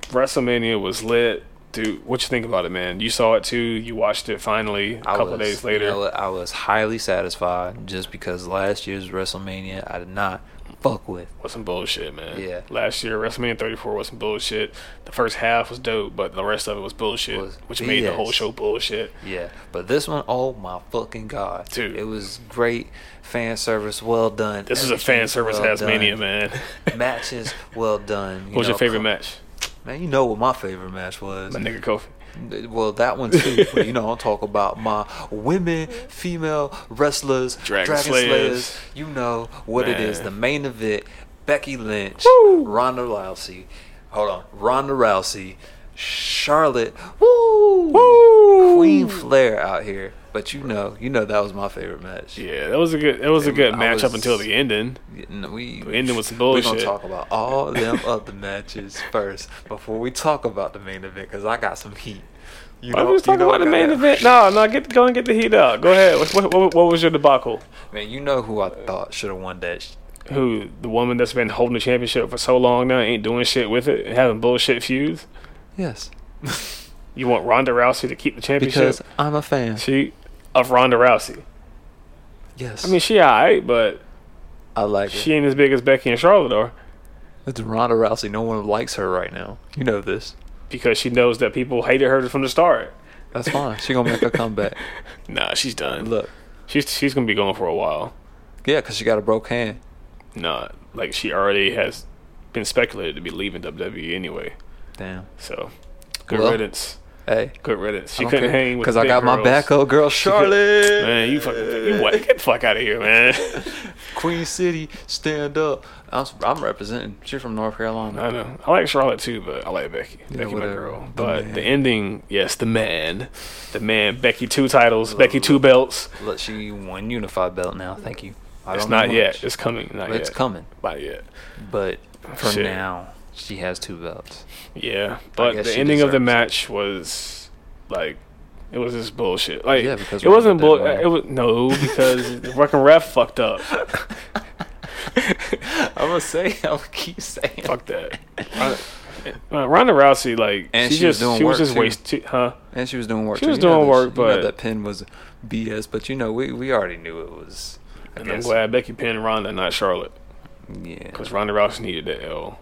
C: WrestleMania was lit, dude. What you think about it, man? You saw it too. You watched it finally a
B: I
C: couple
B: was-
C: days later.
B: you know what, I was highly satisfied just because last year's WrestleMania I did not fuck with.
C: was some bullshit, man.
B: Yeah.
C: Last year, WrestleMania 34 was some bullshit. The first half was dope, but the rest of it was bullshit,
B: Was
C: which made the
B: BS.
C: whole show bullshit.
B: Yeah, but this one, oh my fucking god,
C: Dude.
B: It was great fan service, well done.
C: This is a
B: Everything
C: fan service
B: well
C: ass mania,
B: done.
C: man.
B: Matches, well done. You
C: what was your
B: know,
C: favorite
B: co-
C: match?
B: Man, you know what my favorite match was.
C: My nigga Kofi.
B: Well, that one too. but you know, I'll talk about my women, female wrestlers,
C: Dragon
B: Dragon,
C: Slayers.
B: Slayers. You know what it is.
C: Man.
B: The main event: Becky Lynch,
C: Woo!
B: Ronda Rousey. Hold on, Ronda Rousey, Charlotte. Woo!
C: Woo!
B: Queen Flair out here. But you know, you know that was my favorite match.
C: Yeah, that was a good. That was a good
B: I
C: match up
B: was-
C: until the ending.
B: No, we
C: ended with some
B: We're
C: bullshit.
B: gonna talk about all them other matches first before we talk about the main event because I got some heat. You
C: I was
B: you
C: talking about
B: I
C: the main
B: got-
C: event. No, no, get go and get the heat up. Go ahead. What, what, what, what was your debacle?
B: Man, you know who I thought should have won that. Sh-
C: Who the woman that's been holding the championship for so long now ain't doing shit with it, and having bullshit feuds?
B: yes,
C: You want Ronda Rousey to keep the championship?
B: because I'm a fan.
C: she of Ronda Rousey.
B: Yes,
C: I mean, she alright, but
B: I like
C: she
B: it.
C: ain't as big as Becky and Charlotte are
B: It's Ronda Rousey. No one likes her right now. You know this.
C: because she knows that people hated her from the start.
B: That's fine. She gonna make a comeback.
C: Nah, she's done.
B: Look,
C: She's she's gonna be going for a while.
B: yeah, because she got a broke hand.
C: Nah, like she already has been speculated to be leaving WWE anyway.
B: Damn.
C: So good
B: Well,
C: riddance.
B: Hey,
C: Good riddance. She couldn't hang with
B: because
C: the
B: I
C: big
B: got my
C: girls.
B: backup girl Charlotte.
C: Man, you fucking you what? Get the fuck out of here, man.
B: Queen City, stand up. I'm, I'm representing. She's from North Carolina.
C: I know. I like Charlotte too, but I like Becky. Becky, my
B: whatever.
C: girl.
B: The
C: But the
B: man.
C: ending, yes, the man, the man. Becky two titles, Becky two belts.
B: Look, she won unified belt now. Thank you. I
C: It's
B: don't know
C: not yet.
B: much.
C: It's coming. Not
B: It's
C: yet.
B: coming.
C: Not yet.
B: But for
C: Shit.
B: now, she has two belts.
C: Yeah, but
B: guess
C: the
B: she
C: ending of the
B: deserves it.
C: match was like it was just bullshit. Like
B: Yeah, because
C: it wasn't bull.
B: Ronda didn't win.
C: It was no because the fucking ref fucked up.
B: I'm gonna say, I'm gonna keep saying.
C: Fuck that. Uh, Ronda Rousey, like
B: And
C: she,
B: she was
C: just
B: doing
C: she was
B: work,
C: just
B: too.
C: wasted, huh?
B: And she was doing work.
C: She
B: too.
C: was
B: You know
C: doing
B: that
C: work,
B: you know
C: but-
B: that pin was BS. But you know, we we already knew it was. I
C: And I'm
B: guess.
C: glad Becky pinned Ronda, not Charlotte,
B: Yeah.
C: because Ronda Rousey needed that L.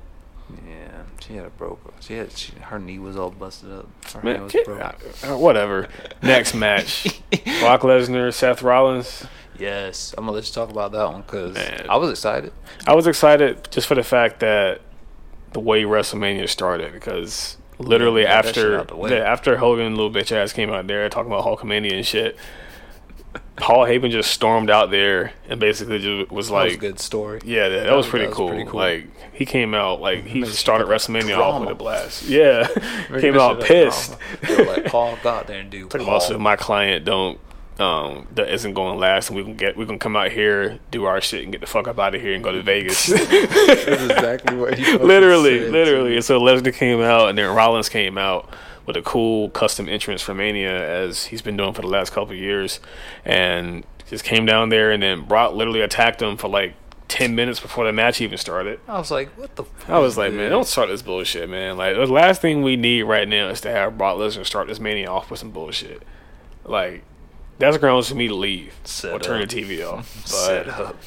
B: Yeah. She had a broke. She had she, her knee was all busted up. Her hand
C: Man,
B: was
C: get-
B: broke.
C: uh, uh, whatever. Next match: Brock Lesnar, Seth Rollins.
B: Yes, I'm gonna let you talk about that one because
C: Man.
B: I was excited.
C: I was excited just for the fact that the way WrestleMania started because literally
B: Yeah, get that shit
C: after
B: out the way.
C: yeah, after Hogan little bitch ass came out there talking about Hulkamania and shit, Paul Heyman just stormed out there and basically just was
B: That was a
C: like,
B: good story.
C: yeah, that, that was
B: That-
C: pretty
B: that was
C: cool.
B: pretty cool.
C: Like he came out like he
B: Amazing.
C: started WrestleMania off with
B: Drama.
C: a blast. Yeah, came
B: Bitch,
C: out
B: that's
C: pissed.
B: drama. They were like Paul, go out there and do.
C: Talking
B: Paul.
C: about so my client don't um that isn't going last and we can get we can come out here do our shit and get the fuck up out of here and go to Vegas.
B: That's exactly what he fucking
C: literally,
B: said.
C: literally. So Lesnar came out, and then Rollins came out with a cool custom entrance for Mania, as he's been doing for the last couple of years, and just came down there, and then Brock literally attacked him for like ten minutes before the match even started.
B: I was like, what the? Fuck
C: I was like,
B: is
C: man,
B: this?
C: don't start this bullshit, man. Like the last thing we need right now is to have Brock Lesnar start this Mania off with some bullshit. Like that's grounds for me to leave
B: Set
C: or turn
B: up.
C: the TV off. But
B: Set up.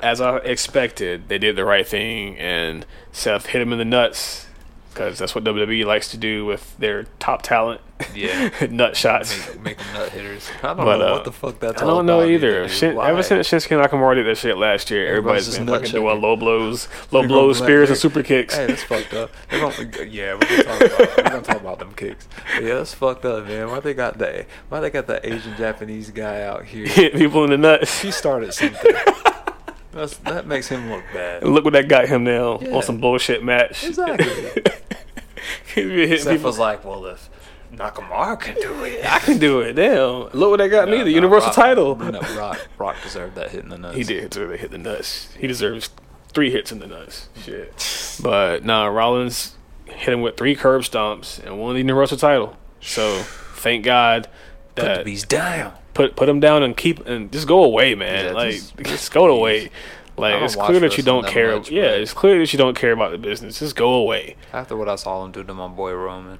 C: as I expected, they did the right thing, and Seth hit him in the nuts because that's what WWE likes to do with their top talent.
B: Yeah.
C: nut shots.
B: Make, make them nut hitters. I don't
C: But,
B: know
C: uh,
B: what the fuck that's.
C: I
B: all
C: don't know
B: about
C: either. Shin,
B: Why?
C: ever since Shinsuke Nakamura did that shit last year,
B: Everybody's
C: everybody's
B: just
C: been
B: nut
C: fucking doing
B: checking.
C: low blows, low
B: We're gonna
C: blows,
B: black
C: spears, and
B: kick.
C: super kicks.
B: Hey, that's fucked up. They don't- yeah, we're gonna, talk about, we're gonna talk about them kicks. But yeah, that's fucked up, man. Why they got that? Why they got that Asian Japanese guy out here?
C: Hit people in the nuts.
B: He started something. That's, that makes him look bad.
C: Look what that got him now
B: Yeah.
C: on some bullshit match.
B: Exactly.
C: He be hitting
B: Seth
C: people.
B: was like, well, if Nakamura can do it,
C: I can do it. Damn. Look what that got me,
B: No,
C: the
B: no,
C: Universal
B: Rock-
C: title.
B: No, Rock, Rock deserved that hit in the nuts.
C: He did deserve a hit in the nuts. He deserves three hits in the nuts. Shit. But nah, Rollins hit him with three curb stomps and won the Universal title. So thank God
B: Put the
C: that put
B: bees down.
C: put, him down and keep and just go away, man.
B: Yeah,
C: like
B: just-
C: just,
B: just
C: go
B: please.
C: away.
B: I
C: Like
B: don't
C: it's
B: watch
C: clear that you
B: wrestling
C: don't
B: that
C: care.
B: much,
C: yeah,
B: but-
C: it's clear that you don't care about the business. Just go away.
B: After what I saw him do to my boy Roman,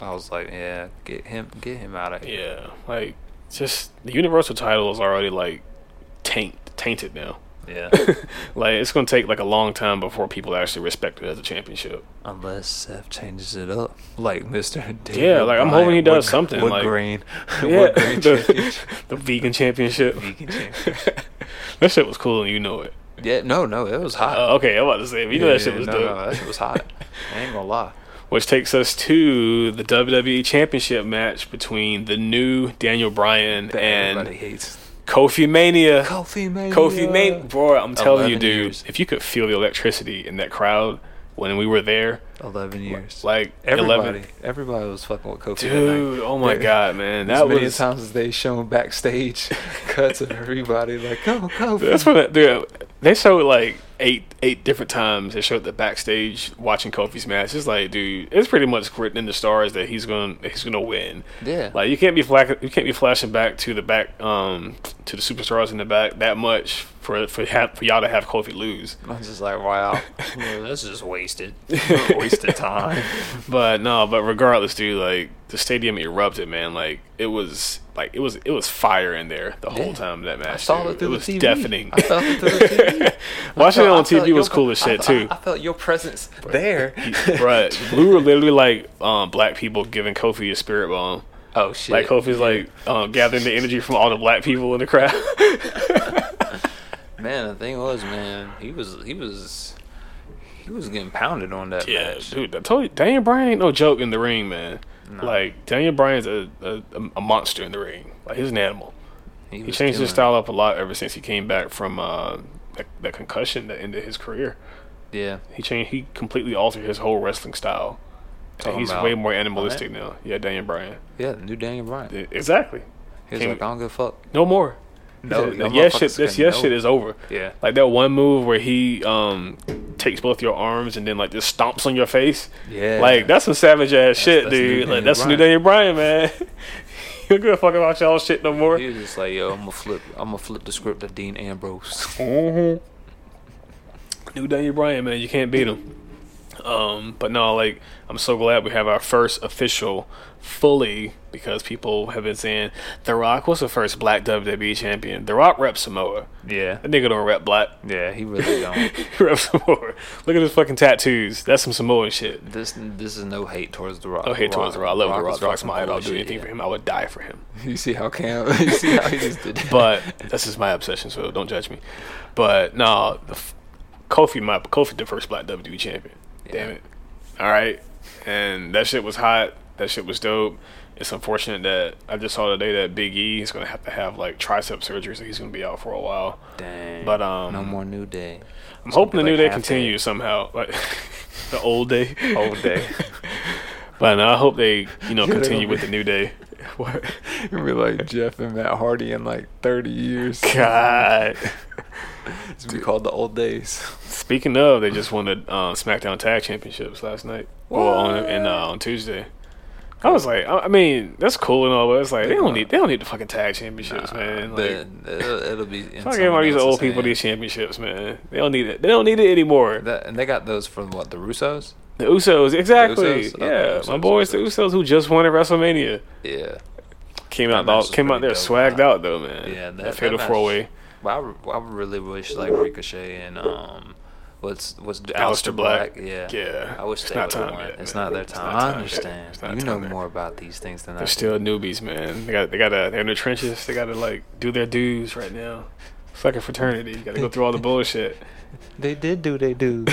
B: I was like, yeah, get him, get him out of here.
C: Yeah, like just the Universal title is already like taint tainted now.
B: Yeah.
C: Like it's gonna take like a long time before people actually respect it as a championship.
B: Unless Seth changes it up, like Mister.
C: Yeah, like, I'm hoping he does something,
B: Wood
C: like-
B: Green,
C: Yeah,
B: Wood Green
C: the,
B: championship.
C: the vegan championship.
B: Vegan championship.
C: That shit was cool, and you know it.
B: Yeah, no, no, it was hot.
C: Uh, okay, I'm about to say, if you know
B: Yeah,
C: that shit
B: yeah,
C: was
B: no,
C: dope.
B: no, that shit was hot. I ain't gonna lie.
C: Which takes us to the WWE Championship match between the new Daniel Bryan
B: That everybody
C: and
B: hates
C: Kofi Mania.
B: Kofi Mania.
C: Kofi Mania, bro, I'm telling you,
B: 11
C: dude,
B: years.
C: if you could feel the electricity in that crowd when we were there,
B: Eleven years.
C: like
B: everybody,
C: 11,
B: everybody was fucking with Kofi. that
C: dude,
B: night.
C: oh my
B: There-
C: god, man,
B: As
C: that
B: many
C: was
B: times as they shown backstage cuts of everybody, like go Kofi.
C: That's what dude, they showed like eight eight different times. They showed the backstage watching Kofi's match. It's like, dude, it's pretty much written in the stars that he's gonna he's gonna win.
B: Yeah.
C: Like you can't be flack, you can't be flashing back to the back um to the superstars in the back that much for for ha- for y'all to have Kofi lose.
B: I'm just like, wow, yeah, that's just wasted, wasted time.
C: But no, but regardless, dude, like the stadium erupted, man. Like it was like it was it was fire in there the whole
B: Yeah.
C: time of that match.
B: I saw
C: dude.
B: it through the
C: was
B: TV.
C: deafening.
B: I felt it through the TV.
C: Watching it
B: I
C: on
B: felt
C: TV
B: your-
C: was cool as
B: I
C: shit
B: fe-
C: too.
B: I, I felt your presence there.
C: Bruh, we were literally like um, black people giving Kofi a spirit bomb.
B: oh shit!
C: Like Kofi's like um, gathering the energy from all the black people in the crowd.
B: man, the thing was, man, he was, he was, he was getting pounded on that
C: yeah,
B: match.
C: dude, I told you, Daniel Bryan ain't no joke in the ring, man. Like Daniel Bryan's a, a a monster in the ring. Like he's an animal. He
B: was
C: changed his
B: killing
C: style up a lot ever since he came back from uh, that, that concussion that ended his career.
B: it. Yeah,
C: He changed. He completely altered his whole wrestling style. And
B: Talking
C: he's
B: about
C: way more animalistic now. Yeah, Daniel Bryan.
B: yeah, the new Daniel Bryan.
C: E- Exactly.
B: He was
C: Came-
B: like, I don't give a fuck.
C: No more.
B: No,
C: Like,
B: y'all
C: yes,
B: motherfuckers
C: shit. This
B: can
C: yes,
B: know.
C: shit is over.
B: Yeah.
C: like that one move where he um takes both your arms and then like just stomps on your face.
B: Yeah.
C: like that's some savage ass shit,
B: that's new
C: dude.
B: Daniel
C: Like that's the new
B: Bryan.
C: Daniel Bryan, man. you don't give a fuck about y'all shit no more.
B: He was just like, yo, I'm gonna flip, I'm gonna flip the script to Dean Ambrose.
C: Mm-hmm. New Daniel Bryan, man. You can't beat him. Um, but no, like I'm so glad we have our first official, fully because people have been saying The Rock was the first Black WWE champion. The Rock rep Samoa.
B: Yeah.
C: That nigga don't rep Black.
B: Yeah, he really don't.
C: He rep Samoa. Look at his fucking tattoos. That's some Samoan shit.
B: this this is no hate towards the Rock.
C: No hate towards The Rock. I love The Rock.
B: is
C: The Rock's my
B: Rock's
C: idol. I'll do
B: bullshit,
C: anything
B: yeah.
C: for him. I would die for him.
B: You see how Cam? You see how he just did that?
C: But that's just my obsession. So don't judge me. But no, the, f- Kofi, my Kofi, the first Black WWE champion. Damn
B: Yeah.
C: it. All right. And that shit was hot. That shit was dope. It's unfortunate that I just saw today that Big E is gonna have to have like tricep surgery, so he's gonna be out for a while.
B: Dang.
C: But um,
B: no more New Day.
C: I'm hoping the
B: Something
C: new
B: like
C: day
B: half
C: continues somehow, like the old day.
B: Old Day.
C: But no, I hope they you know
B: Yeah, they
C: continue
B: don't
C: with the
B: be-
C: new day. What?
B: It'll be like Jeff and Matt Hardy in like 30 years.
C: God.
B: It's be called the old days.
C: Speaking of, they just won the uh, SmackDown Tag Championships last night. Well, on and uh, on Tuesday. I was like, I I mean, that's cool and all, but it's like they don't need they don't need the fucking tag championships, man. Like,
B: But it'll, it'll be. in someone
C: fuck everybody these
B: else's
C: old people
B: hand.
C: these championships, man. They don't need it. They don't need it anymore.
B: That, and they got those from what the Russos.
C: The Usos, exactly.
B: Usos? Okay,
C: Yeah,
B: Usos,
C: my boys, the Usos, who just won at WrestleMania,
B: Yeah.
C: came out
B: match
C: all,
B: was
C: came out
B: pretty
C: there
B: dope,
C: swagged
B: huh?
C: out though, man.
B: Yeah, that-
C: that,
B: that
C: fatal
B: match-
C: four way.
B: Well, I, re- I really wish like Ricochet and um, what's what's
C: Aleister
B: Aleister
C: Black.
B: Black. Yeah.
C: Yeah.
B: I wish
C: It's
B: they
C: not
B: would
C: time
B: have won.
C: yet,
B: It's
C: man.
B: not their
C: It's
B: time.
C: not time
B: I
C: yet.
B: understand.
C: It's not
B: You
C: time
B: know
C: yet.
B: more about these things than I.
C: They're
B: do.
C: still newbies, man. They got they got to they're in the trenches. They got to like do their dues right now. It's like a fraternity. You got to go through all the bullshit.
B: They did do. They do.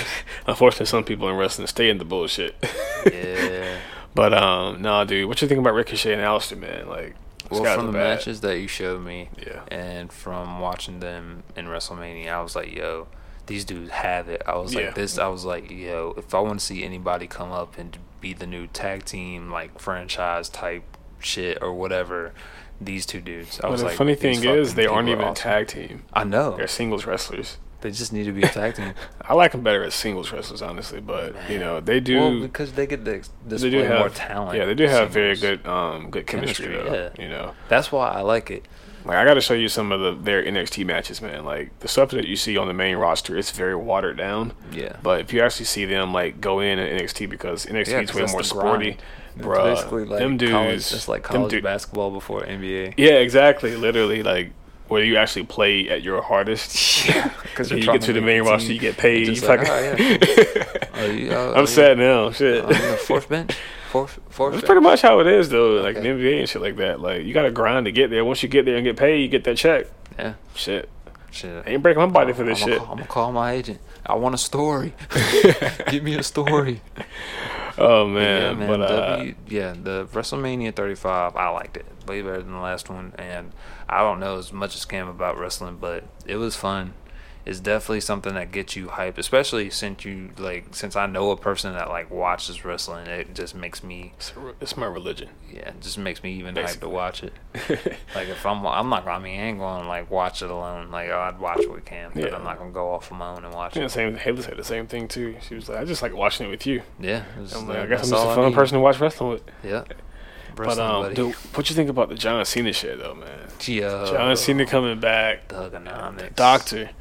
C: Unfortunately, some people in wrestling stay in the bullshit.
B: yeah.
C: But um, nah, dude, what you think about Ricochet and Alistair, man? Like, these
B: Well,
C: guys
B: from
C: are
B: the
C: bad.
B: matches that you showed me,
C: Yeah.
B: and from watching them in WrestleMania, I was like, yo, these dudes have it. I was
C: Yeah.
B: like, this. I was like, yo, if I want to see anybody come up and be the new tag team like franchise type shit or whatever, these two dudes. I
C: But
B: was
C: the
B: like,
C: funny
B: these
C: thing is,
B: fucking
C: they
B: people
C: aren't
B: are
C: even a
B: awesome.
C: tag team.
B: I know
C: They're singles wrestlers.
B: they just need to be a tag team.
C: I like them better as singles wrestlers, honestly. But you know, they do.
B: well, because they get the
C: they
B: display
C: do have
B: more talent.
C: Yeah, they do have very
B: singles.
C: good, um, good chemistry,
B: Chemistry,
C: though.
B: yeah.
C: You know,
B: That's why I like it.
C: Like I got to show you some of the their NXT matches, man. Like the stuff that you see on the main roster, it's very watered down.
B: Yeah.
C: But if you actually see them like go in at NXT because NXT
B: Yeah,
C: is
B: 'cause
C: way
B: that's
C: more
B: the
C: sporty,
B: grind. It's
C: bruh.
B: basically like
C: them dudes,
B: college, it's like
C: them
B: college
C: dude-
B: basketball before NBA.
C: yeah, exactly. Literally, like where you actually play at your hardest. Yeah, because
B: you're
C: you
B: trying
C: get
B: to
C: to the
B: make
C: main
B: the
C: roster,
B: team.
C: you get paid.
B: It's just
C: You
B: like,
C: fucking-
B: Oh, you- oh,
C: I'm
B: yeah.
C: sad now. Shit.
B: Oh, yeah, fourth bench, fourth, fourth.
C: That's
B: bench.
C: pretty much how it is, though. Like
B: Okay.
C: in the NBA and shit like that. Like you got to grind to get there. Once you get there and get paid, you get that check.
B: Yeah,
C: Shit.
B: shit.
C: I ain't breaking my body for this
B: I'm
C: shit.
B: Gonna call, I'm gonna call my agent. I want a story. Give me a story.
C: Oh man,
B: yeah, man.
C: but uh,
B: W, yeah, the WrestleMania 35, I liked it way better than the last one. And I don't know as much as Cam about wrestling, but it was fun. It's definitely something that gets you hyped, especially since you like since I know a person that like watches wrestling. It just makes me
C: it's, a re- it's my religion.
B: yeah, it just makes me even hyped to
C: Basically.
B: watch it. Like if I'm, I'm not. I mean, I ain't going to like watch it alone. Like oh, I'd watch it with Cam, but
C: Yeah.
B: I'm not gonna go off on my own and watch
C: Yeah,
B: it.
C: same. Haley said the same thing too. She was like, "I just like watching it with you."
B: Yeah, it was- uh,
C: I'm like, "I
B: that's
C: guess I'm just
B: all
C: a
B: I
C: fun
B: need.
C: person to watch wrestling with."
B: Yeah,
C: But
B: Wrestling,
C: um,
B: buddy. Uh,
C: dude, what you think about the John Cena shit though, man?
B: Yeah,
C: John Cena coming back,
B: Thugonomics.
C: doctor.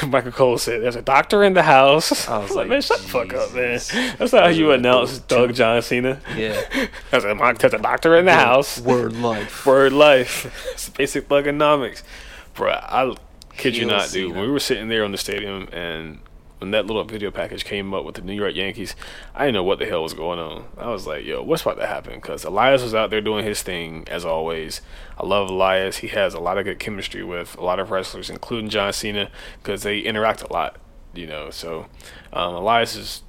C: Michael Cole said, "There's a doctor in the house."
B: I was like,
C: "Man, shut the fuck up, man."
B: Jesus.
C: That's not how you
B: Those are
C: announce
B: the
C: Doug John Cena.
B: Yeah.
C: That's a mock. There's a doctor in the house.
B: Word life.
C: Word life. it's basic thugonomics. Bruh, I kid you
B: Heel
C: not, dude.
B: Cena.
C: When we were sitting there on the stadium and when that little video package came up with the New York Yankees, I didn't know what the hell was going on. I was like, yo, what's about to happen? Because Elias was out there doing his thing, as always. I love Elias. He has a lot of good chemistry with a lot of wrestlers, including John Cena, because they interact a lot, you know. So um, Elias is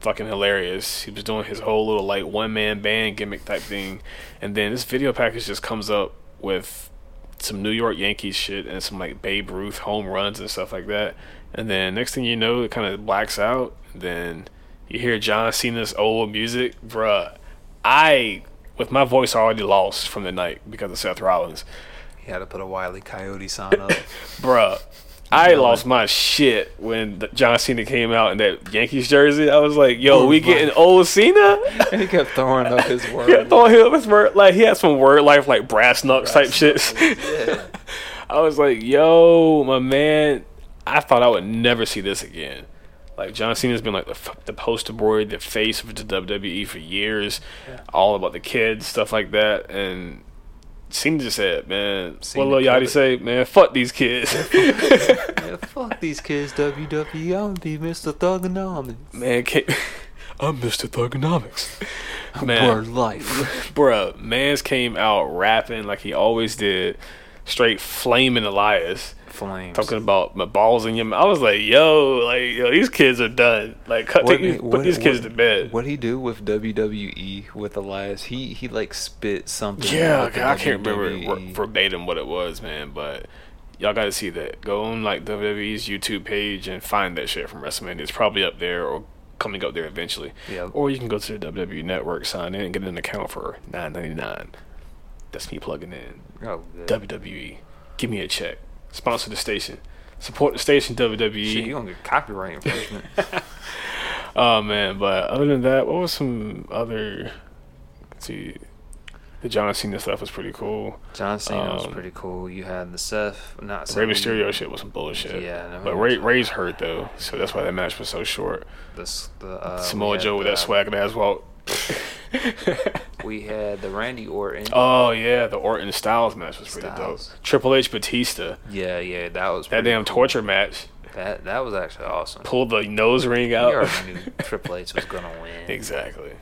C: fucking hilarious. He was doing his whole little like one man band gimmick type thing, and then this video package just comes up with some New York Yankees shit and some like Babe Ruth home runs and stuff like that. And then next thing you know, it kind of blacks out. Then you hear John Cena's old music, bruh. I with my voice already lost from the night because of Seth Rollins,
B: He had to put a wily coyote sign up.
C: bruh. I lost my shit when the- John Cena came out in that Yankees jersey. I was like, "Yo,
B: Oh,
C: we
B: my.
C: getting old Cena?"
B: and he kept throwing up his word.
C: Yeah, thought he was word, like he had some word life like brass knucks type shits.
B: yeah.
C: I was like, yo, my man, I thought I would never see this again. Like John Cena's been like the, f- the poster boy, the face of the WWE for years, all about the kids, stuff like that, and Cena just said, "Man,
B: Cena
C: what Lil
B: killed
C: Yachty
B: it.
C: say? Man, fuck these kids."
B: Yeah, fuck these kids, E. WWE. I'm gonna be Mr. Thugonomics
C: man, can't, I'm Mr. Thugonomics.
B: for
C: Man,
B: life.
C: bruh, man's came out rapping like he always did, straight flaming Elias.
B: Flames.
C: talking about my balls in your mouth. I was like, yo, like yo, these kids are done. Like, cut, take these, put these kids
B: what-
C: to bed.
B: What he do with WWE with Elias? He he like spit something.
C: yeah,
B: at the
C: God, I can't remember
B: WWE.
C: ver- verbatim what it was, man. But y'all got to see that. Go on like WWE's YouTube page and find that shit from WrestleMania. It's probably up there or coming up there eventually.
B: Yeah.
C: Or you can go to the WWE Network, sign in, and get an account for nine ninety nine. That's me plugging in.
B: Oh, good.
C: WWE, E. give me a check. Sponsor the station. Support the station, E. WWE.
B: Shit, you gonna get copyright infringement?
C: Oh man, but other than that, what was some other? let's see, the John Cena stuff was pretty cool.
B: John Cena was
C: Um,
B: pretty cool. You had the Seth, not
C: Rey
B: Seth,
C: Mysterio shit was some bullshit.
B: Yeah, no,
C: but
B: it
C: Ray
B: was-
C: Ray's hurt though, so that's why that match was so short.
B: The, s- the uh, we
C: Samoa
B: had
C: Joe with
B: the-
C: that swag and ass walk.
B: We had the Randy Orton.
C: Oh yeah, the Orton Styles match was pretty
B: Styles.
C: dope. Triple H Batista,
B: Yeah, yeah, that was
C: that
B: pretty
C: damn
B: cool.
C: torture match,
B: That that was actually awesome.
C: pulled the nose ring
B: We
C: out.
B: already knew Triple H was gonna win.
C: exactly.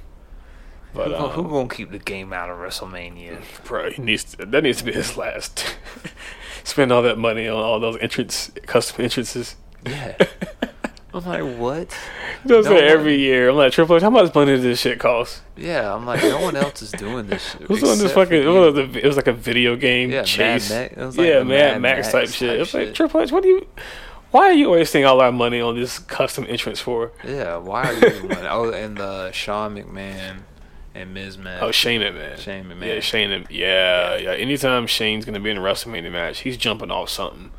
C: But
B: Who, gon- who
C: um,
B: gonna keep the game out of WrestleMania?
C: Bro, he needs to, that needs to be his last. Spend all that money on all those entrance custom entrances.
B: Yeah. I'm like, what?
C: That's
B: No
C: no every
B: money.
C: year. I'm like Triple H. How much money does this shit cost?
B: Yeah, I'm like, no one else is doing this shit.
C: Who's on this
B: except for
C: fucking? It
B: you.
C: was, a, it was like a video game
B: Yeah, Mad
C: chase.
B: Max- it was like
C: yeah,
B: the
C: Mad
B: Mad Max
C: Max, type shit.
B: type
C: it's like
B: shit.
C: Triple H. What do you? Why are you wasting all our money on this custom entrance for?
B: Yeah, why are you the one? Oh, and the Shawn McMahon and Miz Max.
C: Oh, Shane McMahon.
B: Shane McMahon.
C: Yeah, Shane. Mc- Yeah, yeah. Anytime Shane's gonna be in a WrestleMania match, he's jumping off something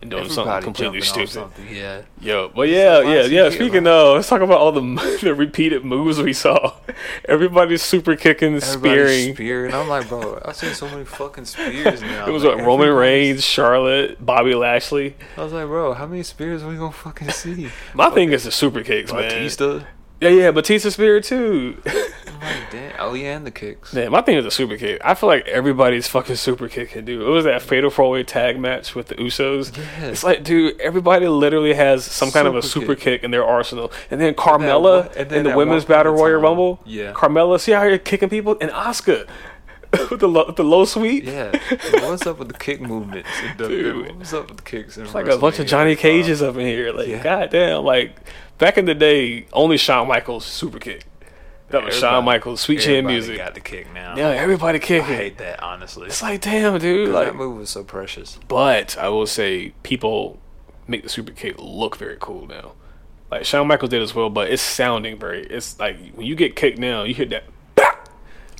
C: and doing something
B: Everybody
C: completely
B: jumping off
C: stupid.
B: something, Yeah.
C: Yo, but yeah,
B: why
C: yeah,
B: is he
C: yeah.
B: here,
C: Speaking of, let's talk about all the the repeated moves we saw. Everybody's super kicking,
B: Everybody's
C: spearing.
B: Spearing. I'm like, bro, I've seen so many fucking spears now.
C: It was
B: Like,
C: like Roman
B: everybody's-
C: Reigns, Charlotte, Bobby Lashley.
B: I was like, bro, how many spears are we gonna fucking see?
C: My thing is the super kicks, man.
B: Batista.
C: Yeah, yeah, Batista spear too.
B: I'm like, damn. Oh yeah, and the kicks.
C: man, my thing is the super kick. I feel like everybody's fucking super kicking, dude. It was that fatal four way tag match with the Usos.
B: Yes.
C: It's like, dude, everybody literally has some kind of a
B: Super
C: super
B: kick.
C: kick. in their arsenal. And
B: one-
C: then Carmella
B: and
C: and
B: then
C: the
B: that
C: women's
B: one
C: battle
B: point in
C: royal
B: time.
C: rumble.
B: Yeah.
C: Carmella, see how you're kicking people? And Oscar with the low, the low sweep.
B: Yeah. What's up with the kick movements? in WWE? What's up with the kicks?
C: It's like a bunch of Johnny Cages up in here. Like,
B: Yeah.
C: goddamn. Like, back in the day, only Shawn Michaels super kick. That was Shawn
B: Everybody-
C: Michaels, sweet chin music.
B: Got the kick now.
C: Yeah, everybody
B: I
C: kicking.
B: hate that honestly.
C: It's like, damn, dude. Like,
B: that move was so precious.
C: But I will say people make the super kick look very cool now. Like Shawn Michaels did as well, but it's sounding very. It's like when you get kicked now, you hit that. "Bah!"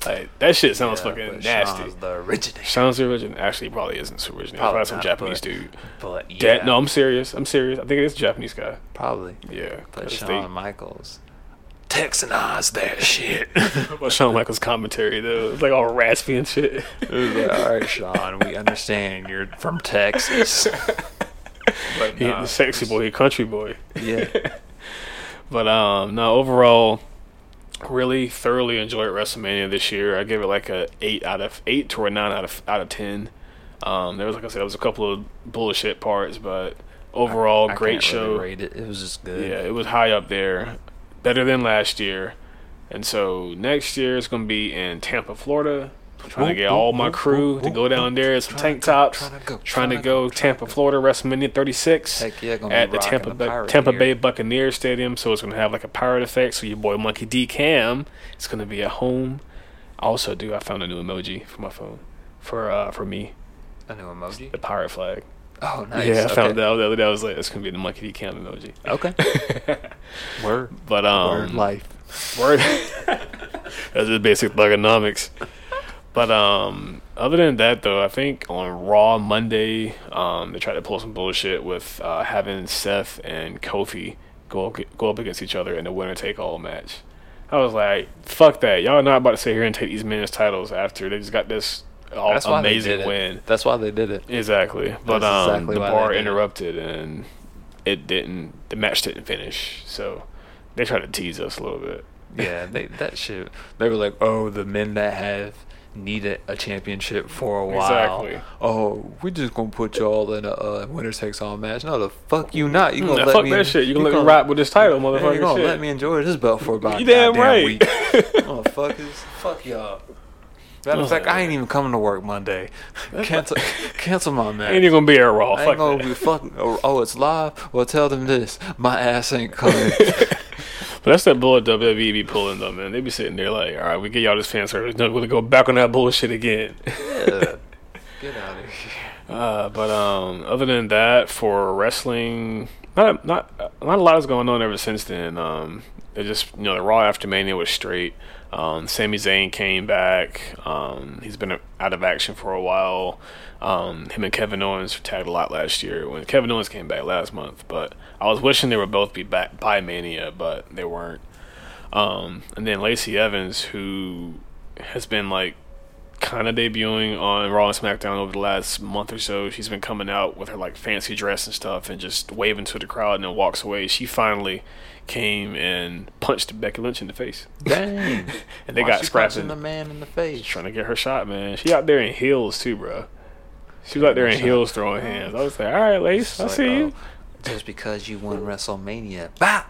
C: Like that shit sounds
B: Yeah,
C: fucking
B: but
C: nasty.
B: Shawn's the originator.
C: Shawn's the origin actually he probably isn't super original.
B: Probably
C: Probably some
B: not,
C: Japanese
B: but-
C: dude.
B: But
C: Da-
B: yeah,
C: no, I'm serious. I'm serious. I think it's a Japanese guy.
B: probably.
C: Yeah,
B: But
C: that's
B: Shawn
C: the-
B: Michaels Texanized that shit.
C: but Shawn Michaels commentary though, it's like all raspy and shit.
B: All right, Sean, we understand you're from Texas. but
C: He ain't
B: nah,
C: the sexy boy, he country boy.
B: yeah,
C: But um, no, overall, really thoroughly enjoyed WrestleMania this year. I give it like a eight out of eight to a nine out of out of ten. Um, there was like I said, there was a couple of bullshit parts, but overall,
B: I
C: great
B: can't
C: show.
B: Really rate it. it was just good.
C: yeah, it was high up there, better than last year. And so next year it's gonna be in Tampa, Florida. I'm trying to get all my crew to go down there in some tank tops.
B: tryna go,
C: Trying to
B: tryna
C: go Tampa, Florida, WrestleMania 36
B: Heck yeah, gonna be
C: at the
B: rocking
C: Tampa
B: the
C: Ba-
B: pirate
C: Tampa
B: gear.
C: Bay Buccaneers Stadium, so it's gonna have like a pirate effect. So your boy Monkey D Cam is gonna be at home. Also, dude, I found a new emoji for my phone for uh for me
B: A new emoji.
C: the pirate flag.
B: Oh, nice.
C: Yeah, I
B: okay.
C: found that out the other day. I was like, it's gonna be the Monkey D Cam emoji.
B: Okay. Word.
C: But um,
B: Word life.
C: Word. That's just basic thugonomics. But um, other than that, though, I think on Raw Monday, um, they tried to pull some bullshit with uh, having Seth and Kofi go up, go up against each other in a winner take all match. I was like, fuck that. Y'all are not about to sit here and take these men's titles after they just got this all
B: That's why they did
C: amazing
B: it.
C: win.
B: That's why they did it.
C: Exactly. But um,
B: exactly
C: the
B: why they
C: bar
B: did it.
C: interrupted and it didn't. The match didn't finish, so they tried to tease us a little bit.
B: Yeah, they that shit. They were like, "Oh, the men that have needed a championship for a while.
C: Exactly.
B: Oh, we're just gonna put y'all in a uh, winner takes all match. No, the fuck you not. You gonna
C: Mm, Nah,
B: let
C: fuck
B: me
C: that shit. You gonna let me rock with this title, motherfucker?
B: You gonna
C: shit.
B: let me enjoy this belt for about
C: You
B: you
C: damn
B: damn
C: right.
B: week, Oh, motherfuckers. Fuck y'all.
C: Oh,
B: Matter of fact, I ain't even coming to work Monday. Cancel, cancel my match.
C: Ain't even gonna be air raw.
B: I ain't
C: Fuck
B: gonna
C: that.
B: be fucking. Oh, oh, it's live. Well, tell them this. My ass ain't coming.
C: But that's that bullet WWE E be pulling though, man. They be sitting there like, all right, we get y'all this fan service. No, we're gonna go back on that bullshit again.
B: Yeah. Get out of here.
C: Uh, but um, other than that, for wrestling, not not not a lot is going on ever since then. Um, it just you know the Raw after Mania was straight. Um, Sami Zayn came back. Um, he's been out of action for a while. Um, him and Kevin Owens were tagged a lot last year when Kevin Owens came back last month. But I was wishing they would both be back by Mania, but they weren't. Um, and then Lacey Evans, who has been like kind of debuting on Raw and SmackDown over the last month or so. She's been coming out with her like fancy dress and stuff and just waving to the crowd and then walks away. She finally came and punched Becky Lynch in the face.
B: Dang.
C: And they
B: Why
C: got
B: she
C: scrapping.
B: punching the man in the face.
C: Trying to get her shot, man. She out there in heels too, bro. She was out there in heels throwing hands. I was like, all right, Lace, I
B: It's
C: see
B: Oh. like,
C: you.
B: "Oh, just because you won WrestleMania. Bah!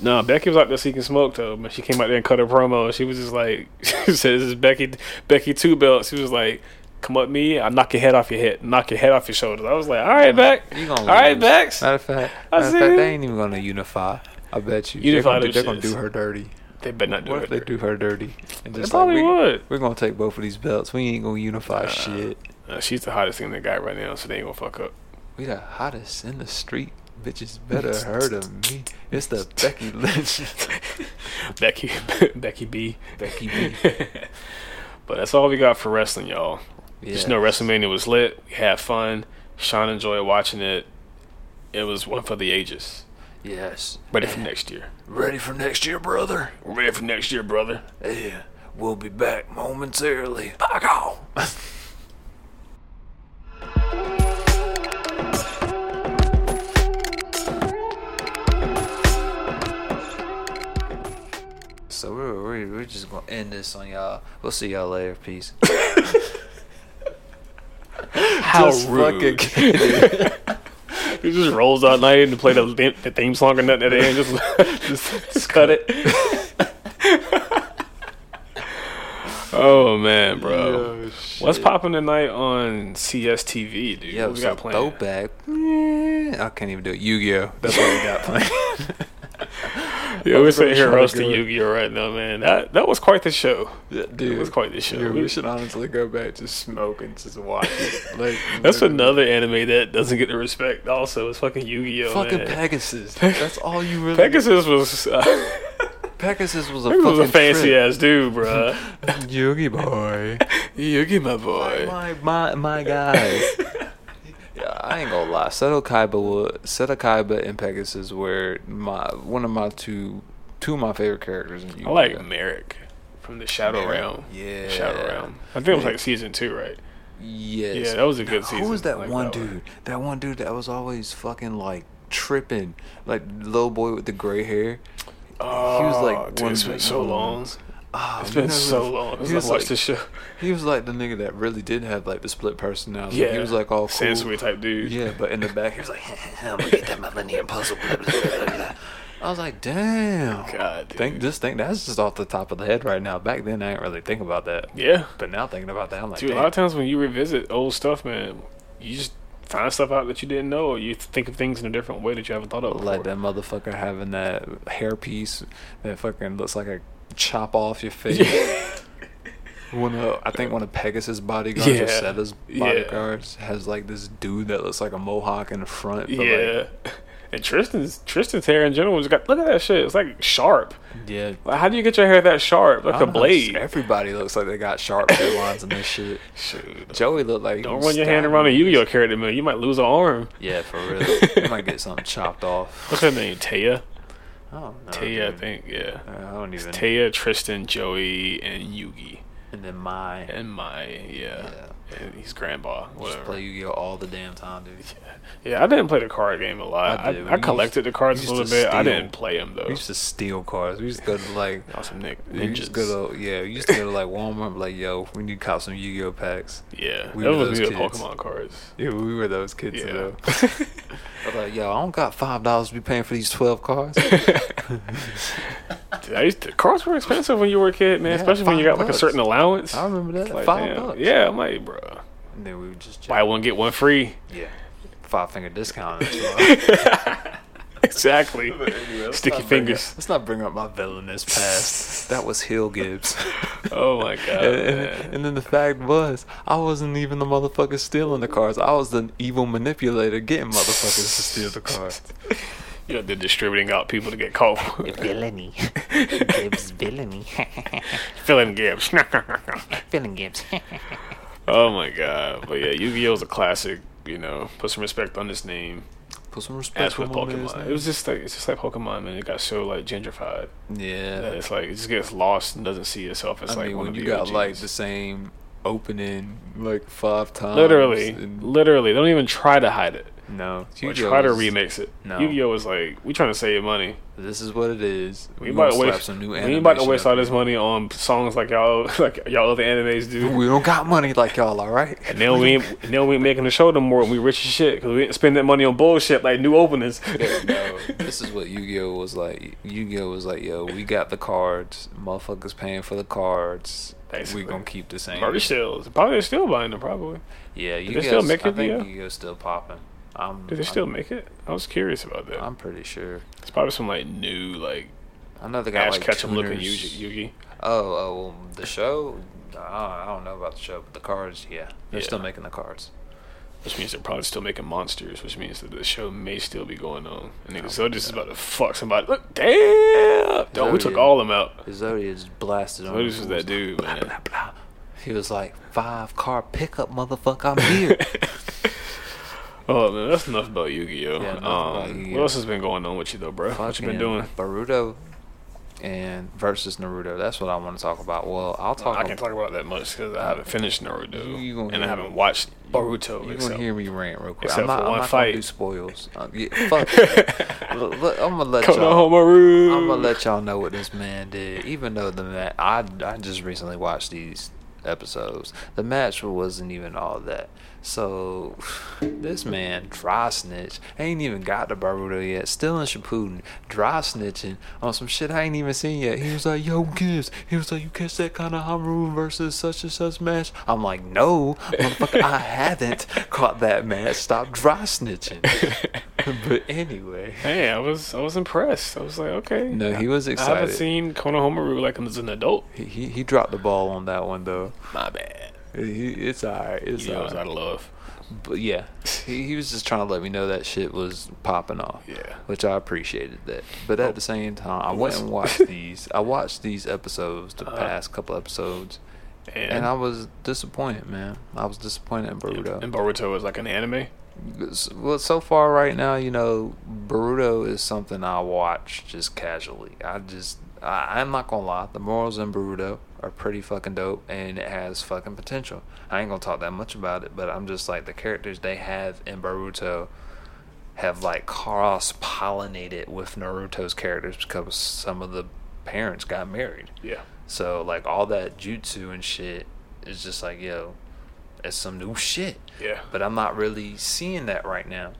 C: No, Becky was out there seeking smoke though, but she came out there and cut her promo. She was just like, she said, "This is Becky, Becky Two Belt." She was like, "Come up me, I will knock your head off your head, knock your head off your shoulders." I was like, "All right, Beck,
B: You
C: all
B: gonna
C: right,
B: lose.
C: Bex."
B: Matter of fact,
C: I
B: matter of
C: see
B: fact
C: you.
B: they ain't even going to unify. I bet you.
C: Unify
B: they're going to
C: them
B: they're gonna
C: shits.
B: do her dirty.
C: They better not do
B: What if
C: it.
B: they do her dirty? And
C: They probably
B: we,
C: would.
B: We're going to take both of these belts. We ain't going to unify shit.
C: Uh, she's the hottest thing they got right now, so they ain't gonna fuck up.
B: We the hottest in the street. Bitches better heard of me. It's the Becky Lynch.
C: Becky, Becky B.
B: Becky B.
C: But that's all we got for wrestling, y'all. Just know
B: Yes.
C: WrestleMania was lit. We had fun. Sean enjoyed watching it. It was one for the ages.
B: Yes.
C: Ready for next year.
B: Ready for next year, brother?
C: We're ready for next year, brother.
B: Yeah. We'll be back momentarily. Fuck off. So we're, we're, we're just gonna end this on y'all. We'll see y'all later. Peace.
C: How
B: Just
C: rude.
B: fucking-
C: He just rolls out night and play the, theme- the theme song or nothing at the end. Just, just, just cut it. oh man, bro. What's popping tonight on CSTV, dude?
B: Yeah,
C: what we got
B: so
C: playing?
B: throwback. Eh, I can't even do it. Yu-Gi-Oh. That's what we got playing.
C: Yeah, we're sitting
B: really
C: here
B: trying to
C: roasting
B: go-
C: Yu-Gi-Oh right now, man. That that was quite the show.
B: Dude,
C: It was quite the show.
B: Dude,
C: We-
B: we should honestly go back to smoking, just watch it. Like
C: That's
B: literally.
C: another anime that doesn't get the respect. Also, it's fucking Yu-Gi-Oh.
B: fucking
C: man.
B: Pegasus. That's all you really.
C: Pegasus was uh,
B: Pegasus was a
C: he
B: fucking
C: was a fancy
B: trip.
C: ass dude, bruh.
B: Yugi boy.
C: Yugi, my boy.
B: my my my guy. Yeah, I ain't gonna lie. Seto Kaiba, wa- Seto Kaiba and Pegasus were my one of my two two of my favorite characters in Yu-Gi-Oh.
C: I like Merrick from the Shadow Realm.
B: Yeah.
C: Shadow Realm. I think it was like season two, right?
B: Yes.
C: Yeah, that was a good
B: Who
C: season.
B: was that
C: Like,
B: one
C: that
B: dude?
C: one.
B: That one dude that was always fucking like tripping, like little boy with the gray hair.
C: Oh,
B: was like
C: dude,
B: one
C: it's been
B: big
C: so
B: one.
C: long.
B: Oh,
C: It's been so long.
B: He
C: Since
B: was
C: I watched
B: like
C: the show.
B: he was like the nigga that really did have like the split personality.
C: Yeah,
B: he was like all cool.
C: Sansui type dude.
B: Yeah, but in the back he was like, I'm gonna get that Millennium Puzzle. Blah, blah, blah, blah, blah. I was like, damn.
C: God, dude.
B: Think just think that's just off the top of the head right now. Back then I ain't really thinking about that.
C: Yeah,
B: But now thinking about that, I'm like,
C: dude. A
B: damn.
C: lot of times when you revisit old stuff, man, you just find stuff out that you didn't know, or you think of things in a different way that you haven't thought of. Before.
B: Like that motherfucker having that hairpiece that fucking looks like a chop off your face. one of I think one of Pegasus' bodyguards
C: Yeah.
B: or Seta's
C: Yeah.
B: bodyguards has like this dude that looks like a mohawk in the front. But Like,
C: yeah. and Tristan's Tristan's hair in general just got look at that shit. It's like sharp.
B: yeah.
C: Like, how do you get your hair that sharp? Like
B: I
C: a
B: don't know, just
C: blade.
B: Everybody looks like they got sharp lines and this shit.
C: Shoot.
B: Joey looked like he
C: Don't
B: was
C: run your hand
B: stabbed
C: around a
B: with
C: Yu Gi Oh
B: this-
C: character, man. You might lose an arm.
B: Yeah, for real. You might get something chopped off.
C: What's her name? Taya?
B: I don't know.
C: Taya, I
B: dude.
C: think, yeah.
B: I don't even.
C: Taya, Tristan, Joey, and Yugi.
B: and then my
C: And my yeah, And he's grandpa.
B: just
C: Whatever.
B: play Yu-Gi-Oh all the damn time, dude.
C: Yeah, I didn't play the card game a lot.
B: I
C: I,
B: did. We
C: I,
B: used-
C: collected the cards
B: we
C: a
B: used
C: little
B: to
C: bit. I
B: steal.
C: didn't play them though.
B: We used to steal cars. We used to go to like
C: Awesome Nick
B: we used to
C: ninjas.
B: go to yeah. We used to go to like Walmart. and be Like yo, we need to cop some Yu-Gi-Oh packs.
C: Yeah,
B: we
C: that
B: were
C: was
B: those
C: me the
B: kids.
C: Pokemon cards.
B: Yeah, we were those kids.
C: Yeah.
B: though. I was like, yo, I don't got five dollars to be paying for these twelve cars.
C: Dude, I used to, cards were expensive when you were a kid, man.
B: Yeah,
C: especially when you
B: five
C: got like a
B: bucks.
C: certain allowance.
B: I remember that.
C: Like,
B: five
C: damn.
B: bucks.
C: Yeah, I'm like, bro,
B: And then we would just
C: buy one get one free.
B: yeah, five finger discount. That's why.
C: exactly.
B: Let's
C: Sticky
B: not bring
C: fingers.
B: up- let's not bring up my villainous past. that was Hill Gibbs.
C: Oh my god.
B: and, and-
C: man.
B: and then the fact was, I wasn't even the motherfucker stealing the cars. I was the evil manipulator getting motherfuckers to steal the cars.
C: You know, they're distributing out people to get caught. for it.
D: villainy. Gibbs villainy.
C: Fill in gaps.
D: Villain Gibbs.
C: oh my god. But yeah, Yu-Gi-Oh is a classic. You know, put some respect on this name.
B: Put some respect
C: As
B: on
C: with
B: my man's
C: Pokemon,
B: name.
C: it was just like it's just like Pokemon, man. It got so like gentrified that
B: yeah.
C: it's like it just gets lost and doesn't see itself as
B: I
C: like
B: mean,
C: one
B: when
C: of
B: you
C: the
B: got
C: OGs.
B: like the same opening like five times.
C: Literally,
B: and-
C: literally, they don't even try to hide it.
B: no,
C: Or
B: Yu-Gi-Oh
C: try to
B: is-
C: remix it.
B: no.
C: Yu-Gi-Oh is like we trying to save money.
B: This is what it is.
C: We
B: gonna
C: about to
B: slap
C: waste.
B: some new
C: We ain't about to
B: animation
C: waste
B: up
C: all this
B: here.
C: money on songs like y'all like y'all other animes do.
B: We don't got money like y'all, all right?
C: And then we ain't, and then we ain't making the show no more. And we rich as shit because we didn't spend that money on bullshit like new openings.
B: no, this is what Yu-Gi-Oh was like. Yu-Gi-Oh was like, yo, we got the cards. Motherfuckers paying for the cards.
C: Basically.
B: We gonna keep the same.
C: Probably still, probably still buying them. Probably.
B: Yeah,
C: they
B: Yu-Gi-Oh.
C: still make
B: I
C: it,
B: think
C: yeah?
B: Yu-Gi-Oh's still popping. I'm,
C: Do they still make it? I was curious about that.
B: I'm, I'm pretty sure.
C: It's probably some like new like
B: I know they got
C: Ash
B: like
C: Ketchum looking
B: tuners.
C: Yugi. Yugi.
B: Oh, oh, well, the show. I don't- I don't know about the show, but the cards, yeah, they're
C: Yeah.
B: still making the cards.
C: Which means they're probably still making monsters, which means that the show may still be going on. And nigga Zodiac is about to fuck somebody. Look, damn! Dog, we took
B: Zodiac.
C: all of them out.
B: Zodiac blasted on.
C: Zodiac
B: the
C: was
B: fools.
C: that dude, man.
B: He was like five car pickup, motherfucker. I'm here.
C: Oh, man, that's enough about Yu Gi Oh!
B: Yeah, enough about
C: Um,
B: Yu-Gi-Oh.
C: What else has been going on with you, though, bro? What you
B: Fucking
C: been doing?
B: Boruto and versus Naruto. That's what I want to talk about. Well, I'll talk.
C: I can't
B: about,
C: talk about that much because I haven't finished Naruto.
B: You gonna
C: and I
B: hear-
C: haven't watched Boruto.
B: You're
C: except-
B: gonna hear me rant real quick.
C: except
B: I'm not,
C: for
B: I'm not
C: one
B: gonna
C: fight.
B: do spoils. Uh, yeah, fuck. it. Look, look, I'm gonna let
C: Come on,
B: y'all.
C: Homaru!
B: I'm gonna let y'all know what this man did. Even though the match, I I just recently watched these episodes. The match wasn't even all that. So this man dry snitch ain't even got to Baruto yet. Still in Shippuden, dry snitching on some shit I ain't even seen yet. He was like, "Yo, Gibbs." He was like, "You catch that kind of Hamaru versus such and such match?" I'm like, "No, motherfucker, I haven't caught that match. Stop dry snitching." but anyway.
C: Hey, I was I was impressed. I was like, okay.
B: No, he was
C: I haven't
B: excited.
C: seen Kono Homaru like as an adult.
B: He- He he dropped the ball on that one though.
C: My bad.
B: He, it's alright. It's
C: Yeah, I was
B: alright.
C: out of love.
B: But yeah, he, he was just trying to let me know that shit was popping off.
C: Yeah. Oh.
B: which I appreciated that. But at the same time, I went and watched these. I watched these episodes, the past couple episodes,
C: Uh-huh. And,
B: and I was disappointed, man. I was disappointed in Boruto.
C: and Boruto is like an anime.
B: S- well, so far right now, you know, Boruto is something I watch just casually. I just, I, I'm not gonna lie, the morals in Boruto are pretty fucking dope, and it has fucking potential. I ain't gonna talk that much about it, but I'm just like the characters they have in Boruto have like cross pollinated with Naruto's characters because some of the parents got married.
C: Yeah.
B: So like all that jutsu and shit is just like yo, it's some new shit.
C: Yeah.
B: But I'm not really seeing that right now,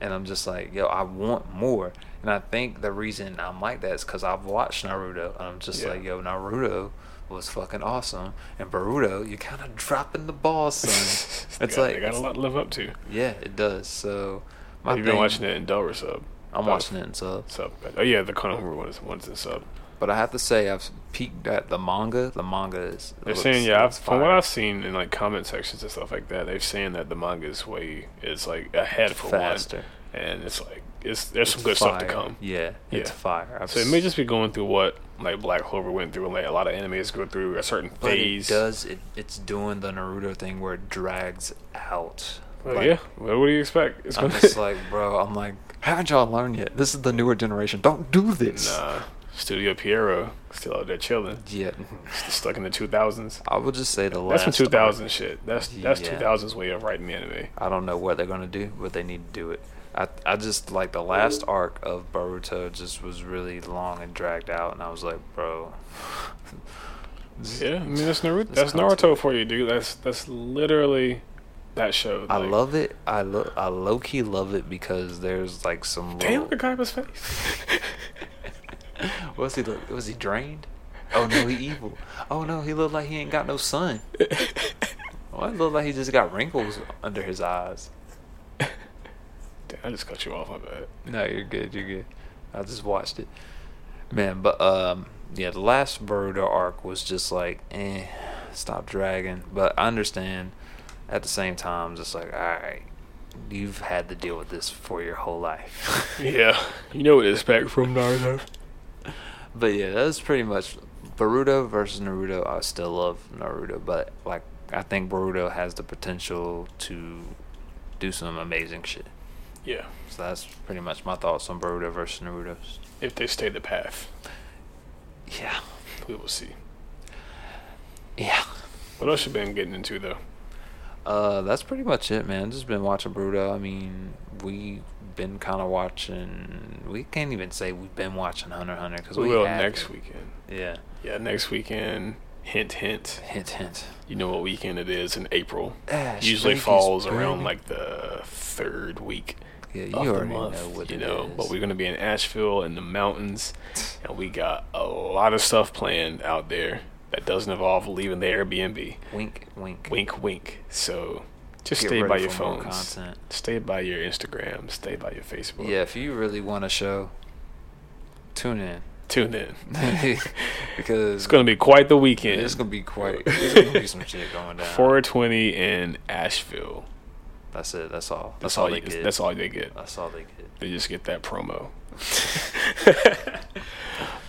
B: and I'm just like yo, I want more. And I think the reason I'm like that is because I've watched Naruto. And I'm just
C: Yeah.
B: like yo, Naruto was fucking awesome, and Boruto, you're kind of dropping the ball, son. it's
C: They got-
B: like
C: they got a lot to live up to.
B: yeah, it does. So my
C: Have you been
B: thing-
C: watching it Oh. in dub or sub?
B: I'm
C: Dub.
B: watching it in subs.
C: sub. Oh yeah, the Kono Homaru one is one's in sub.
B: But I have to say, I've peeked at the manga. The manga is.
C: They're
B: looks-
C: saying yeah, I've,
B: looks
C: from what
B: fire.
C: I've seen in like comment sections and stuff like that, they're saying that the manga is way is like ahead for
B: Faster.
C: one, and it's like it's there's some good stuff to
B: fire.
C: come.
B: Yeah, it's
C: Yeah.
B: fire. I've
C: So it may just be going through what like Black Clover went through, and like a lot of animes go through a certain
B: but
C: phase.
B: it does. It, it's doing the Naruto thing where it drags out.
C: Well,
B: Like,
C: yeah. Well, what do you expect? It's
B: I'm
C: gonna-
B: just like, bro. I'm like, haven't y'all learned yet? This is the newer generation. Don't do this.
C: Nah. Studio Piero still out there chilling,
B: Yeah,
C: Still stuck in the 2000s.
B: I would just say the
C: That's
B: last.
C: some 2000 shit. That's that's
B: Yeah.
C: 2000s way of writing the anime.
B: I don't know what they're gonna do, but they need to do it. I I just like the last arc of Boruto just was really long and dragged out, and I was like, bro,
C: Yeah, I mean that's Naruto.
B: That's
C: That's Naruto for you, dude. That's that's literally that show.
B: I
C: like-
B: love it. I lo- I low key love it because there's like some.
C: Damn,
B: little-
C: look at Kaiba's face.
B: Was he look? Was he drained? Oh no, he evil. Oh no, he looked like he ain't got no sun. Well, it looked like he just got wrinkles under his eyes.
C: Damn, I just cut you off. My bad.
B: No, you're good. You're good. I just watched it, man. But um, yeah, the last Boruto arc was just like, eh, stop dragging. But I understand. At the same time, just like, all right, you've had to deal with this for your whole life.
C: Yeah, you know what to expect from Naruto.
B: But yeah, that's pretty much Boruto versus Naruto. I still love Naruto, but like I think Boruto has the potential to do some amazing shit.
C: Yeah,
B: So that's pretty much my thoughts on Boruto versus Naruto.
C: if they stay the path,
B: Yeah,
C: we will see.
B: yeah.
C: What else you been getting into though?
B: Uh, that's pretty much it, man. Just been watching Boruto. I mean, we've been kind of watching. We can't even say we've been watching Hunter x Hunter because
C: We
B: we
C: will
B: have
C: next
B: to.
C: weekend.
B: Yeah.
C: Yeah, next weekend. Hint, hint.
B: Hint, hint.
C: You know what weekend it is in April.
B: Ah,
C: Usually
B: Sprinky's
C: falls around
B: pretty.
C: like the third week.
B: Yeah, you
C: of the
B: already
C: month,
B: know what
C: you
B: it
C: know.
B: is.
C: But we're gonna be in Asheville in the mountains, and we got a lot of stuff planned out there that doesn't involve leaving the Airbnb.
B: wink, wink,
C: Wink, wink. So just
B: Get
C: stay
B: ready
C: by your
B: for more
C: phones,
B: content.
C: stay by your Instagram, stay by your Facebook.
B: Yeah, if you really want a show, tune in
C: Tune in.
B: because
C: It's gonna be quite the weekend.
B: it's gonna be quite. There's gonna be some shit going down.
C: 420 in Asheville.
B: that's it. That's all.
C: That's,
B: That's,
C: all,
B: all they
C: you,
B: get.
C: That's all they get.
B: That's all they get.
C: They just get that promo.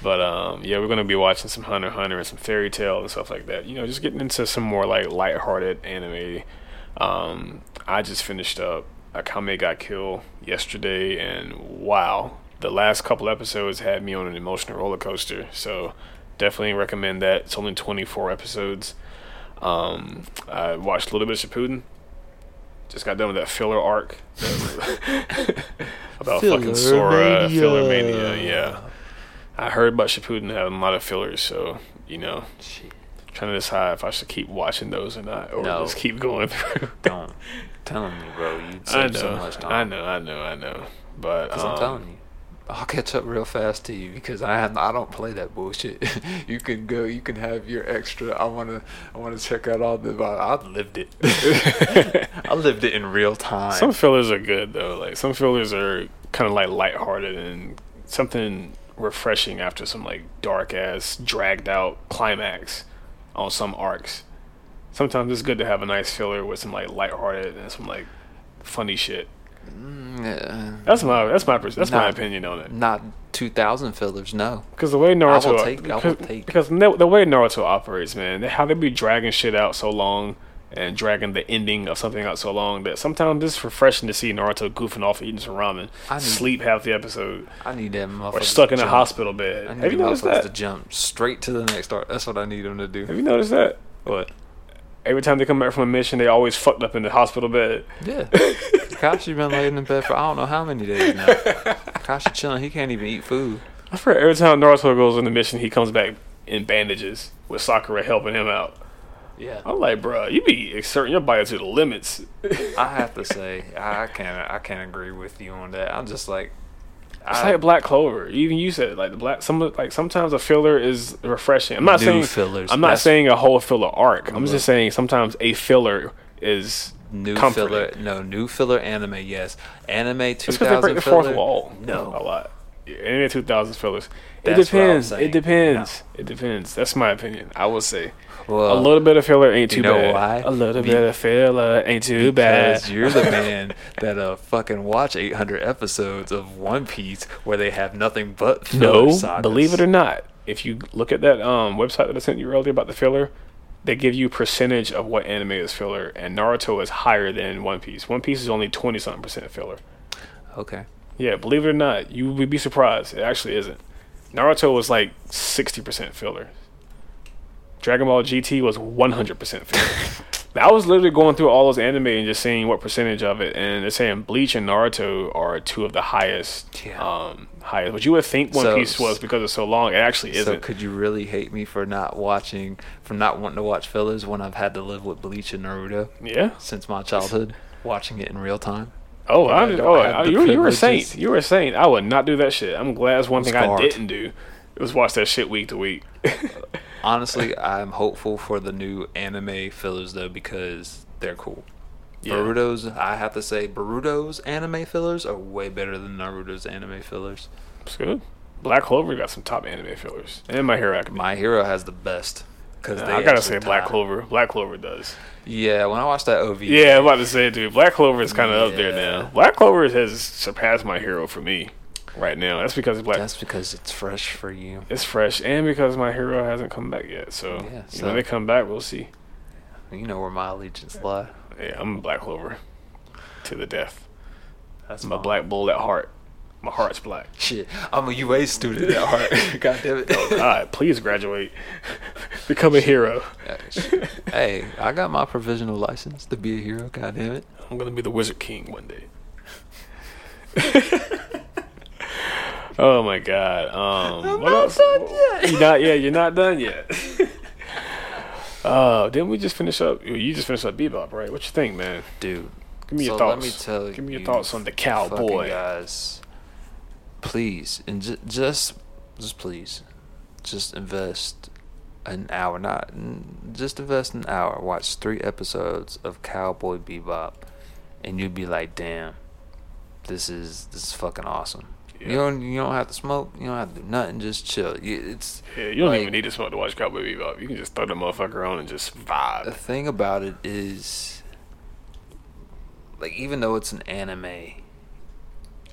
C: but um, yeah, we're gonna be watching some Hunter x Hunter and some Fairy Tale and stuff like that. You know, just getting into some more like lighthearted anime. Um, I just finished up Akame Got Kill yesterday, and wow, the last couple episodes had me on an emotional roller coaster. So definitely recommend that. It's only 24 episodes. Um, I watched a little bit of Shippuden. Just got done with that filler arc about fucking Sora filler mania. Yeah, I heard about Shippuden having a lot of fillers, so you know,
B: Shit.
C: trying to decide if I should keep watching those or not, or
B: No.
C: just keep going through.
B: Don't. telling you, bro. You
C: I
B: save
C: know,
B: so much time.
C: I know, I know, I know. But
B: Because
C: um,
B: I'm telling you. I'll catch up real fast to you because I have, I don't play that bullshit. you can go, you can have your extra. I wanna I wanna check out all the. I lived it. I lived it in real time.
C: Some fillers are good though. Like some fillers are kind of like lighthearted and something refreshing after some like dark ass dragged out climax on some arcs. Sometimes it's good to have a nice filler with some like lighthearted and some like funny shit.
B: Yeah.
C: That's my that's my pers- that's my
B: Nah.
C: opinion on it.
B: Not 2,000 fillers, no.
C: Because the way Naruto,
B: take- I will
C: because,
B: take.
C: because the, the way Naruto operates, man, they- how they be dragging shit out so long and dragging the ending of something out so long that sometimes it's refreshing to see Naruto goofing off eating some ramen,
B: I need-
C: sleep half the episode,
B: I need that motherfucker.
C: or
B: to
C: stuck in a
B: jump.
C: hospital
B: I
C: bed.
B: need
C: Have you
B: them
C: noticed
B: motherfuckers
C: that?
B: to jump straight to the next art. That's what I need them to
C: Have
B: do.
C: you noticed that?
B: What?
C: Every time they come back from a mission, they always fucked up in the hospital bed.
B: Yeah. Kashi been laying in bed for I don't know how many days now. Kashi chilling. He can't even eat food.
C: I forget every time Naruto goes on a mission, he comes back in bandages with Sakura helping him out.
B: Yeah.
C: I'm like, bruh, you be exerting your body to the limits.
B: I have to say, I can't. I can't agree with you on that. I'm just like,
C: It's
B: I-
C: like Black Clover. Even you said it, like the black. Some of- like sometimes a filler is refreshing. I'm not
B: New
C: saying
B: fillers,
C: I'm not
B: that's-
C: saying a whole filler arc. I'm
B: Look.
C: just saying sometimes a filler is
B: new
C: comforting.
B: filler. No new filler anime. Yes, anime
C: It's because they
B: 2000
C: break the
B: filler.
C: fourth wall. a
B: No,
C: lot. Yeah, any two thousands fillers. It
B: That's what I'm
C: depends. It
B: saying.
C: depends. It depends. That's my opinion. I will say
B: Well,
C: a little bit of filler ain't too
B: you know
C: bad.
B: why?
C: A little
B: Be-
C: bit of filler ain't too
B: because
C: bad.
B: you're the man that uh fucking watch 800 episodes of One Piece where they have nothing but filler
C: No,
B: sagas.
C: believe it or not, if you look at that um, website that I sent you earlier about the filler, they give you percentage of what anime is filler, and Naruto is higher than One Piece. One Piece is only twenty something percent filler.
B: Okay.
C: Yeah, believe it or not, you would be surprised. It actually isn't. Naruto was like sixty percent filler. Dragon Ball GT was one hundred percent filler. I was literally going through all those anime and just seeing what percentage of it, and they're saying Bleach and Naruto are two of the highest,
B: Yeah.
C: um, highest. What you would think One
B: So-
C: Piece was because it's so long, it actually
B: So
C: isn't.
B: could you really hate me for not watching, for not wanting to watch fillers when I've had to live with Bleach and Naruto
C: yeah.
B: since my childhood, watching it in real time?
C: Oh, I,
B: don't
C: oh,
B: have
C: I-
B: the
C: you, were- you were a
B: privileges.
C: saint. You were a saint. I would not do that shit. I'm glad that's one thing
B: scarred.
C: I didn't do. Was watch that shit week to week.
B: Honestly, I'm hopeful for the new anime fillers though because they're cool.
C: Yeah.
B: Boruto's, I have to say, Boruto's anime fillers are way better than Naruto's anime fillers.
C: It's good. Black Clover got some top anime fillers, and My Hero Academia.
B: My Hero has the best because
C: I gotta say, Black Clover. Black Clover does.
B: Yeah, when I watched that OV,
C: Yeah, I'm about to say, dude. Black Clover is kind of up there
B: Yeah.
C: now. Black Clover has surpassed My Hero for me right now. That's because Black
B: that's because it's fresh for you.
C: it's fresh, and because My Hero hasn't come back yet. So,
B: Yeah,
C: you
B: so-
C: know, when they come back, we'll see.
B: You know where my allegiance lie.
C: Yeah, I'm a Black Clover to the death.
B: That's
C: I'm a black bull at heart. My heart's black.
B: Shit, I'm a UA student at heart. Oh, God damn it.
C: God, please graduate. Become a hero.
B: hey, I got my provisional license to be a hero. God damn it.
C: I'm gonna be the Wizard King one day. oh my God. Um, what else? You're not yeah. You're not done yet. Uh, didn't we just finish up? You just finished up Bebop, right? What you think, man?
B: Dude,
C: Give me your
B: So let
C: thoughts.
B: me tell
C: Give me your
B: you
C: thoughts on the
B: fucking
C: cowboy.
B: guys, please, and j- just, just please, just invest an hour, not n- just invest an hour. Watch three episodes of Cowboy Bebop, and you'll be like, damn, this is this is fucking awesome. You
C: Yeah.
B: don't you don't have to smoke. You don't have to do nothing. Just chill. You, it's
C: Yeah, you don't
B: like-
C: even need to smoke to watch Cowboy Bebop. You can just throw the motherfucker on and just
B: the
C: vibe.
B: thing about it is, like, even though it's an anime,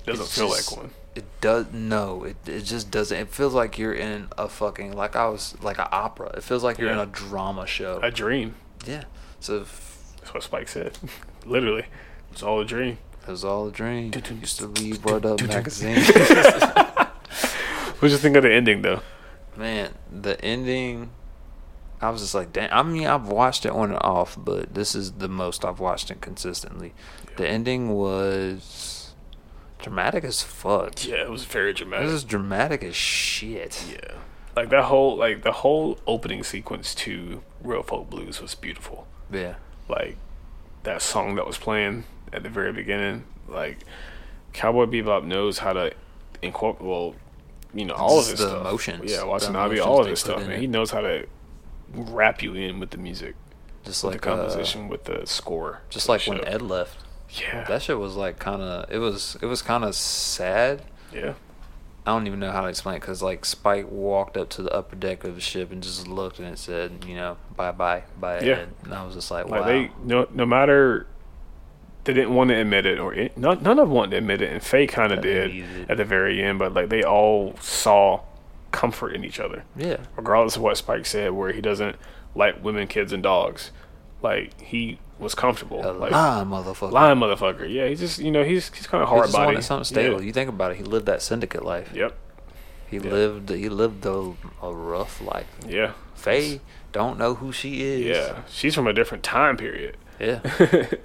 C: Doesn't
B: it's
C: feel
B: just-
C: like one.
B: It does no, it it just doesn't. It feels like you're in a fucking like I was like an opera. It feels like you're in
C: Yeah.
B: a drama show.
C: A dream.
B: yeah, so f-
C: That's what Spike said. Literally, it's all a dream.
B: it was all a dream.
C: Dun-dun.
B: Used to read Word Up magazine.
C: What you think of the ending though?
B: Man, the ending. I was just like, damn. I mean, I've watched it on and off, but this is the most I've watched it consistently. The ending was dramatic as fuck.
C: Yeah, it was very
B: It
C: dramatic.
B: was dramatic as shit.
C: yeah, like that whole like the whole opening sequence to Real Folk Blues was beautiful.
B: yeah.
C: Like that song that was playing at the very beginning. Like Cowboy Bebop knows how to incorporate. Well, you know all
B: Just
C: of his
B: the
C: stuff.
B: emotions.
C: Yeah,
B: The
C: Watanabe,
B: emotions
C: all of
B: they
C: his
B: put
C: stuff.
B: in
C: Man,
B: it.
C: he knows how to wrap you in with the music,
B: Just
C: the
B: like uh,
C: composition, with the score.
B: just
C: for the
B: like when
C: show.
B: Ed left.
C: Yeah.
B: That shit was like kind of it was it was kind of sad.
C: yeah.
B: I don't even know how to explain it because like Spike walked up to the upper deck of the ship and just looked and it said, you know, bye bye bye.
C: Yeah.
B: Ed. And I was just like, wow.
C: Like they no no matter they didn't want to admit it or it, none none of them wanted to admit it, and Faye kind of
B: That they
C: did
B: needed it.
C: at the very end. But like they all saw comfort in each other,
B: yeah.
C: regardless of what Spike said, where he doesn't like women, kids, and dogs. Like he was comfortable.
B: A
C: like
B: lie, Ah, motherfucker.
C: lying motherfucker. Yeah, he's just you know he's he's kind of
B: He
C: hard
B: just
C: body.
B: wanted something stable.
C: Yeah.
B: You think about it. He lived that syndicate life.
C: Yep.
B: He lived. He lived a, a rough life.
C: Yeah.
B: Faye don't know who she is.
C: Yeah. She's from a different time period.
B: Yeah.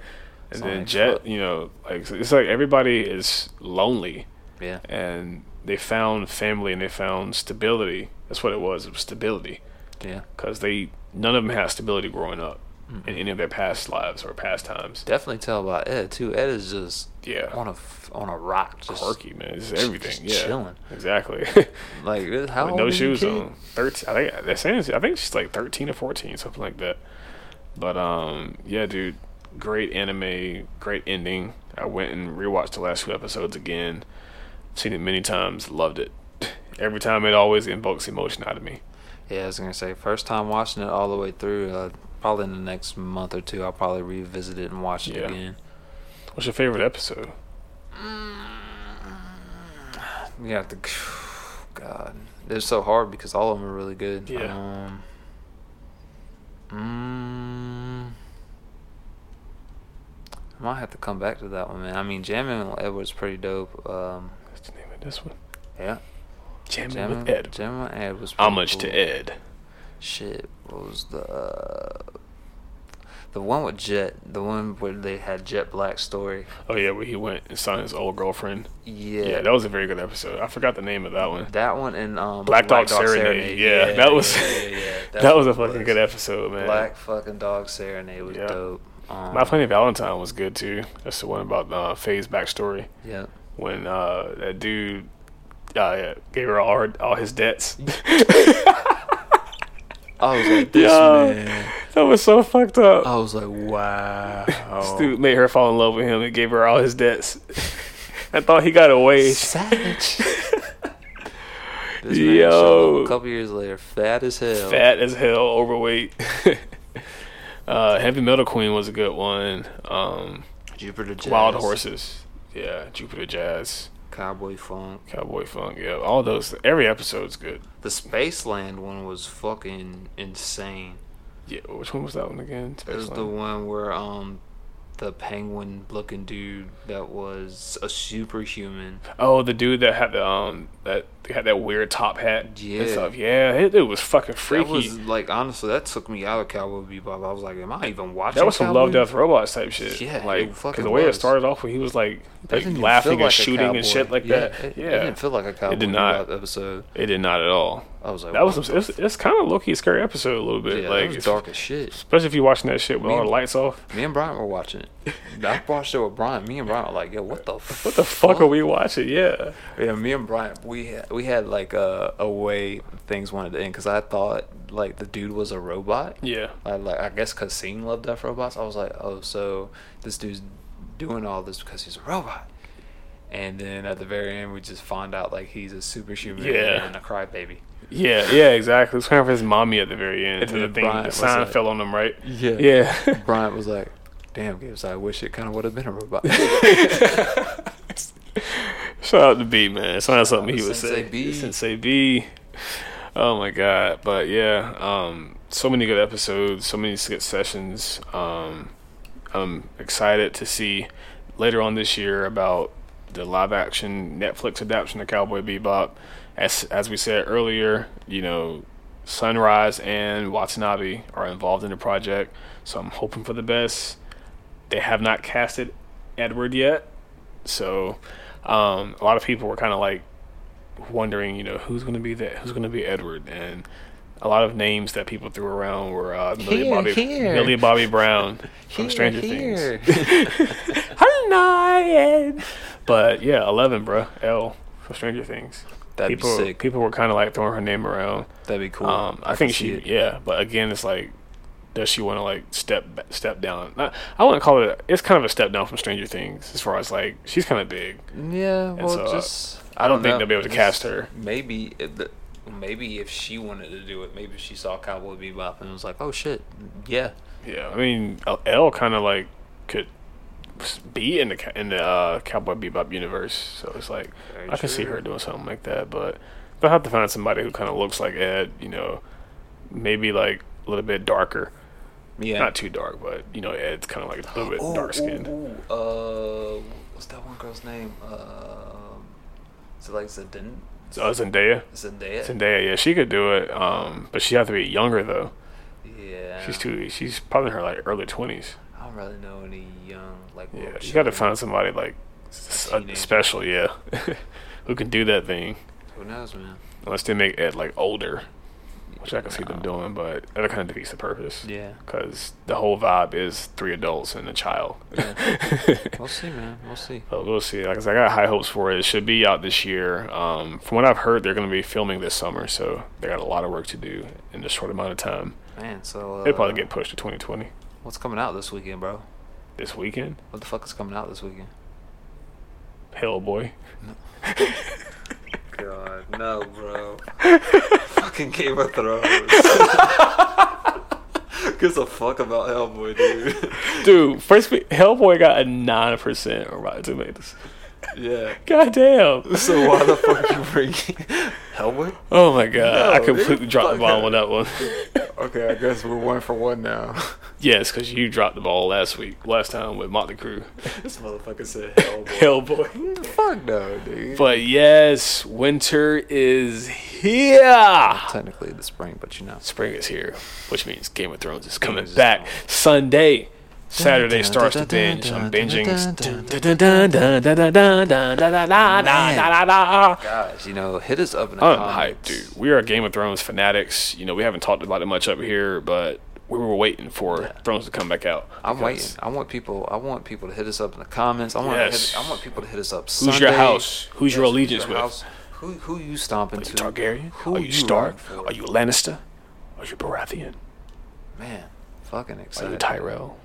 C: And then
B: like,
C: Jet,
B: fuck.
C: you know, like it's like everybody is lonely.
B: Yeah.
C: and they found family and they found stability. That's what it was. It was stability
B: Yeah.
C: because they none of them had stability growing up in any of their past lives or past times.
B: Definitely tell about Ed too. Ed is just
C: Yeah.
B: on a f- on a rock. Just
C: Quirky man, it's everything.
B: just
C: Yeah,
B: chilling.
C: exactly.
B: like how
C: With
B: old
C: no
B: is your
C: shoes
B: kid?
C: on. Thirteen. I think they're saying. I think she's like thirteen or fourteen, something like that. But um, yeah, dude, great anime, great ending. I went and rewatched the last two episodes again. Seen it many times. Loved it. Every time, it always invokes emotion out of me.
B: Yeah, I was gonna say first time watching it all the way through. Uh, probably in the next month or two, I'll probably revisit it and watch it
C: Yeah.
B: again.
C: What's your favorite episode?
B: You have to. God, it's so hard because all of them are really good.
C: Yeah.
B: Um, mm, I might have to come back to that one, man. I mean, Jamming Edwards pretty dope. Um,
C: What's the name of this one?
B: yeah.
C: Jamming
B: Jamming,
C: with Ed.
B: Jamming with Ed was pretty
C: Homage
B: cool.
C: to Ed.
B: Shit, what was the uh, the one with Jet? The one where they had Jet Black story.
C: Oh yeah, where he went and saw his old girlfriend.
B: Yeah,
C: Yeah. that was a very good episode. I forgot the name of that one.
B: that one and um,
C: Black Dog Serenade. Yeah, that was-
B: that's
C: that was a
B: what it
C: fucking good episode, man.
B: Black fucking Dog Serenade was
C: Yeah.
B: dope. Um,
C: My Funny Valentine was good too. That's the one about uh, Faye's backstory
B: yeah,
C: when uh, that dude uh, gave her all, her, all his debts.
B: I was like this
C: Yo.
B: man.
C: that was so fucked up.
B: I was like wow.
C: This dude made her fall in love with him and gave her all his debts. I thought he got away.
B: Savage. this
C: Yo.
B: man showed up a couple years later, fat as hell.
C: Fat as hell, overweight. uh, Heavy Metal Queen was a good one. Um,
B: Jupiter Jazz.
C: Wild Horses. Yeah, Jupiter Jazz,
B: Cowboy Funk.
C: Cowboy Funk. Yeah, all those. Every episode's good.
B: The Spaceland one was fucking insane.
C: Yeah, which one was that one again?
B: It was the
C: Spaceland.
B: one where um the penguin looking dude that was a superhuman.
C: Oh, the dude that had the um that had that weird top hat
B: Yeah.
C: and stuff. Yeah, it, it was fucking freaky.
B: That was like honestly that took me out of Cowboy Bebop. I was like, am I even watching?
C: That was some
B: Cowboy?
C: Love Death Robots type shit.
B: Yeah, it
C: Yeah, like
B: fucking
C: because the way it
B: was.
C: started off when he was like,
B: That
C: like
B: didn't even feel
C: laughing
B: like
C: and
B: a
C: shooting and
B: cowboy.
C: shit like
B: Yeah,
C: that.
B: It,
C: yeah,
B: it didn't feel like a Cowboy
C: not.
B: Bebop episode.
C: it did not at all.
B: I was like,
C: That was
B: what
C: some, it's, it's kind of low key scary episode a little
B: the-
C: bit.
B: yeah,
C: like
B: that was
C: it's-
B: dark as shit.
C: especially if you're watching that shit with all
B: Me-
C: the lights off.
B: Me and Brian were watching it. I watched it with Brian. Me and Brian were like, yo, what the
C: What the fuck are we watching? Yeah,
B: Yeah, me and Brian, we had, we had like a, a way things wanted to end because I thought like the dude was a robot.
C: yeah.
B: I like I guess because seeing Love Death Robots, I was like, oh, so this dude's doing all this because he's a robot. And then at the very end, we just find out like he's a superhuman
C: Yeah.
B: and a crybaby.
C: Yeah, yeah, exactly. It's kind of his mommy at the very end.
B: And
C: And the
B: then
C: thing,
B: Brian
C: the
B: was
C: sign
B: like-
C: fell on him, right?
B: Yeah.
C: Yeah.
B: Brian was like, damn, Gibbs, I wish it kind of would have been a robot.
C: Shout out to B, man. It's not something he would
B: Sensei
C: say.
B: B.
C: Sensei B. Oh my god. But yeah, um, so many good episodes, so many good sessions. Um, I'm excited to see later on this year about the live action Netflix adaptation of Cowboy Bebop. As as we said earlier, you know, Sunrise and Watanabe are involved in the project, so I'm hoping for the best. They have not casted Edward yet, so um, a lot of people were kind of like wondering, you know, who's going to be that? Who's going to be Edward? And a lot of names that people threw around were uh, Millie,
D: Here,
C: Bobby,
D: here.
C: Millie Bobby Brown from
D: Here,
C: Stranger
D: here.
C: Things. Hello, but yeah, eleven, bro. L from Stranger Things.
B: That'd
C: people,
B: be sick.
C: People were kind of like throwing her name around.
B: That'd be cool.
C: Um, I,
B: can
C: think
B: see
C: she,
B: it.
C: yeah, but again, it's like, does she want to like step ba- step down? Not, I wouldn't call it. A, it's kind of a step down from Stranger Things as far as like she's kind of big.
B: Yeah, well,
C: so, uh,
B: just
C: I don't think
B: know.
C: they'll be able to
B: Just
C: cast her.
B: Maybe, if the- maybe if she wanted to do it, maybe she saw Cowboy Bebop and was like, "Oh shit, yeah."
C: Yeah, I mean, L kind of like could s- be in the ca- in the uh, Cowboy Bebop universe, so it's like
B: Very
C: I can see
B: true.
C: her doing something like that, but they'll have to find somebody who kind of looks like Ed, you know, maybe like a little bit darker,
B: Yeah. Oh,
C: not too dark, but you know, Ed's kind of like a little bit
B: Ooh,
C: dark
B: ooh,
C: skinned.
B: ooh, Uh, what's that one girl's name? Um, is it like Zendin?
C: So uh, Zendaya,
B: Zendaya?
C: Zendaya, yeah, she could do it, um, but she have to be younger though.
B: Yeah.
C: She's too, she's probably in her like early twenties.
B: I don't really know any young like.
C: Yeah,
B: little
C: you got to
B: children.
C: find somebody like s-
B: Teenager.
C: special, yeah, who can do that thing.
B: Who knows, man?
C: Unless they make Ed like older, which I can see them
B: No.
C: doing, but that kind of defeats the purpose.
B: Yeah.
C: Because the whole vibe is three adults and a child.
B: We'll see, man. We'll see.
C: But we'll see. Like I said, I got high hopes for it. It should be out this year. Um, from what I've heard, they're going to be filming this summer, so they got a lot of work to do in a short amount of time.
B: Man, so uh,
C: It'll probably get pushed to 2020
B: what's coming out this weekend, bro?
C: this weekend.
B: What the fuck is coming out this weekend?
C: Hellboy.
B: God, no, bro. Fucking Game of Thrones. Gives a fuck about Hellboy, dude.
C: Dude, first we- Hellboy got a 9% on Rotten Tomatoes.
B: Yeah.
C: God damn.
B: So why the fuck you bring Hellboy?
C: Oh my god, I
B: No, dude,
C: completely dropped the
B: fuck
C: ball
B: that.
C: on that one.
B: Okay, I guess we're one for one now.
C: yes, because you dropped the ball last week, last time with Motley Crue.
B: this motherfucker said Hellboy.
C: Hellboy.
B: Fuck no, dude.
C: But yes, winter is here.
B: Technically the spring, but you know.
C: Spring is here, which means Game of Thrones is coming back Sunday. Saturday starts the binge. I'm binging.
B: Guys, you know, hit us up in the
C: I'm hyped,
B: comments.
C: dude. We are Game of Thrones fanatics. You know, we haven't talked about it much up here, but we were waiting for Thrones to come back out.
B: I'm waiting.
C: because
B: I want people. I want people to hit us up in the comments. I want.
C: Yes.
B: Hit, I want people to hit us up. Who's
C: your house? Who's your allegiance with?
B: Who Who you stomping to?
C: Targaryen?
B: Who
C: are you
B: ride
C: Stark?
B: for?
C: Are you Lannister? Are you Baratheon?
B: man? Fucking
C: Are you
B: excited.
C: Tyrell?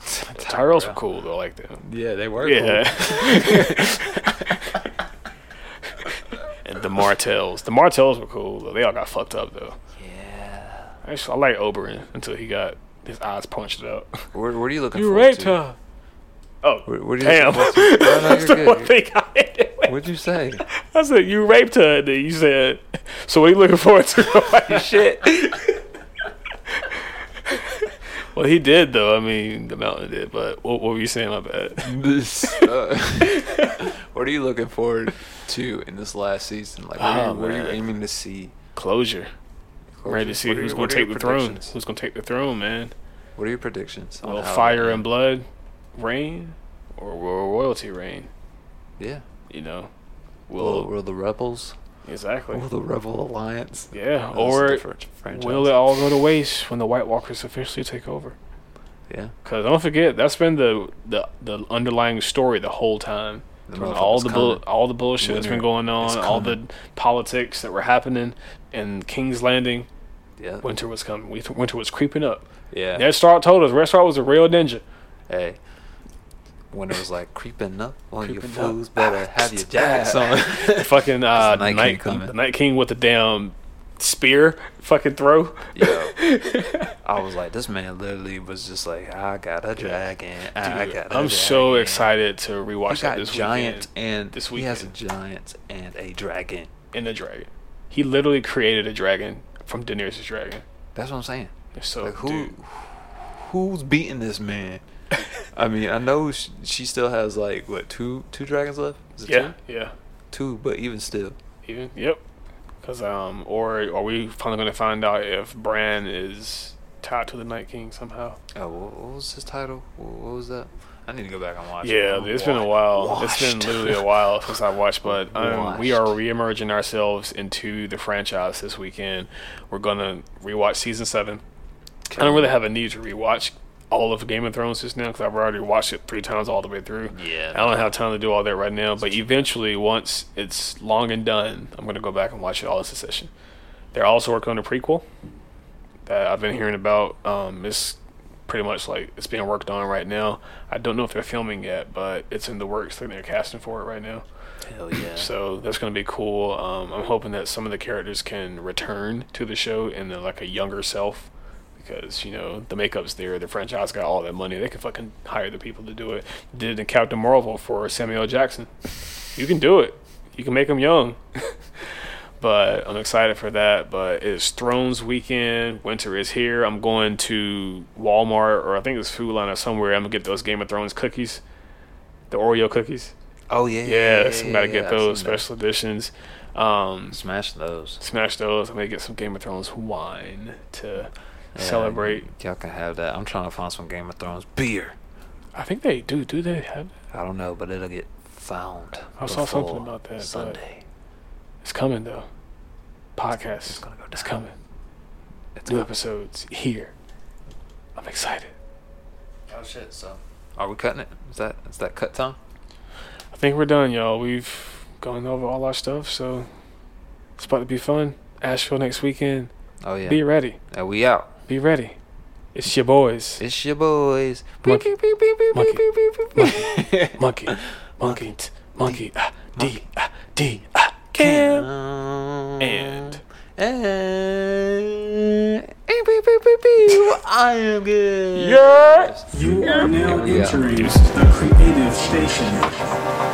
C: The Tyrells were cool though, I like them.
B: Yeah, they were.
C: Yeah. and the Martells. The Martells were cool though. They all got fucked up though.
B: Cool. Yeah.
C: I, just, I like Oberyn until he got his eyes punched out.
B: Where, what are you looking
C: You
B: for?
C: raped
B: to?
C: her. Oh,
B: What, what are you
C: damn.
B: looking forward to? Oh, No, no,
C: That's
B: you're
C: the
B: good.
C: one thing I ended with.
B: What'd you say?
C: I said, you raped her. And then you said, so what are you looking forward to? I'm like, shit. well, he did, though. I mean, the mountain did, but what, what were you saying? My bad.
B: This. uh, what are you looking forward to in this last season? Like, what, are,
C: Oh,
B: you, what are you
C: man.
B: aiming to see?
C: Closure. I'm ready to see
B: What are
C: who's
B: your-
C: going
B: what
C: to
B: are
C: take
B: your
C: the throne.
B: predictions?
C: Who's going to take the throne, man?
B: What are your predictions? on
C: Will
B: how-
C: fire and blood reign or will royalty reign?
B: Yeah.
C: You know?
B: Will,
C: Will,
B: will the rebels?
C: exactly.
B: Will the rebel alliance?
C: yeah.
B: That's a
C: Or
B: different franchise.
C: will it all go to waste when the White Walkers officially take over?
B: Yeah.
C: Cause don't forget that's been the the, the underlying story the whole time.
B: The
C: From all
B: motherfuckers
C: the bull,
B: coming.
C: all the bullshit that's been
B: Winter
C: going
B: is
C: on, all the politics that were happening in King's Landing,
B: Yeah.
C: winter was coming. We- Winter was creeping up.
B: yeah.
C: Ned Stark told us Red Stark was a real ninja.
B: Hey. When it was like creeping up on you
C: Creeping
B: fools, better have your jacks on.
C: The fucking uh,
B: Night King
C: Night,
B: coming.
C: the Night King with the damn spear, fucking throw.
B: Yo, I was like, this man literally was just like, I got a dragon, I
C: Dude,
B: got. A
C: I'm so
B: dragon."
C: excited to rewatch
B: He
C: that
B: got
C: this
B: giant
C: weekend.
B: and
C: this
B: he has a
C: weekend.
B: giant and a dragon.
C: And the dragon, he literally created a dragon from Daenerys' dragon.
B: That's what I'm saying.
C: So
B: Like, who,
C: dude,
B: who's beating this man? I mean, I know she, she still has like what two two dragons left? Is it
C: Yeah, yeah,
B: two? Two, but even still,
C: even yep. Because um, or are we finally going to find out if Bran is tied to the Night King somehow?
B: oh, what, what was his title? Wha- What was that? I need to go back and watch.
C: Yeah,
B: it.
C: it's been a while.
B: Washed.
C: It's been literally a while since I watched, but um, we are
B: Washed.
C: reemerging ourselves into the franchise this weekend. We're gonna rewatch season seven. I don't really have a need to rewatch all of Game of Thrones just now because I've already watched it three times all the way through.
B: Yeah.
C: I don't have time to do all that right now, but eventually, once it's long and done, I'm gonna go back and watch it all in succession. They're also working on a prequel that I've been hearing about. Um, it's pretty much like it's being worked on right now. I don't know if they're filming yet, but it's in the works. Like they're casting for it right now.
B: Hell yeah.
C: So that's going to be cool. Um, I'm hoping that some of the characters can return to the show in the, like a younger self because, you know, the makeup's there. The franchise got all that money. They can fucking hire the people to do it. Did it in Captain Marvel for Samuel Jackson. You can do it. You can make them young. but I'm excited for that. But it's Thrones weekend. Winter is here. I'm going to Walmart or I think it's Food Line or somewhere. I'm going to get those Game of Thrones cookies, the Oreo cookies.
B: Oh yeah.
C: Yeah, so I'm gotta
B: yeah,
C: get
B: I've
C: those
B: seen that.
C: special editions. Um,
B: Smash those.
C: smash those. I'm gonna get some Game of Thrones wine to
B: Yeah,
C: celebrate.
B: Y'all can have that. I'm trying to find some Game of Thrones beer.
C: I think they do. Do they have? that?
B: I don't know, but it'll get found.
C: I saw something
B: before
C: about that, but-
B: Sunday.
C: It's coming though. Podcast. It's,
B: gonna go down.
C: coming.
B: It's
C: New
B: coming.
C: episodes here. I'm excited.
B: Oh shit! So, are we cutting it? Is that is that cut time?
C: I think we're done, y'all. We've gone over all our stuff, so it's about to be fun. Asheville next weekend.
B: Oh yeah.
C: Be ready.
B: Uh, we out.
C: Be ready. It's your boys.
B: It's your boys.
C: Monkey.
B: Beep, beep, beep, beep,
C: Monkey.
B: beep, beep, beep, beep.
C: monkey, monkey, t- monkey, ah, D, ah, D, ah, Cam.
B: Um,
C: And-
B: and beep, beep, beep, beep, beep. I am good.
C: Yeah.
A: You are now
B: oh. Yeah.
A: entering the creative station.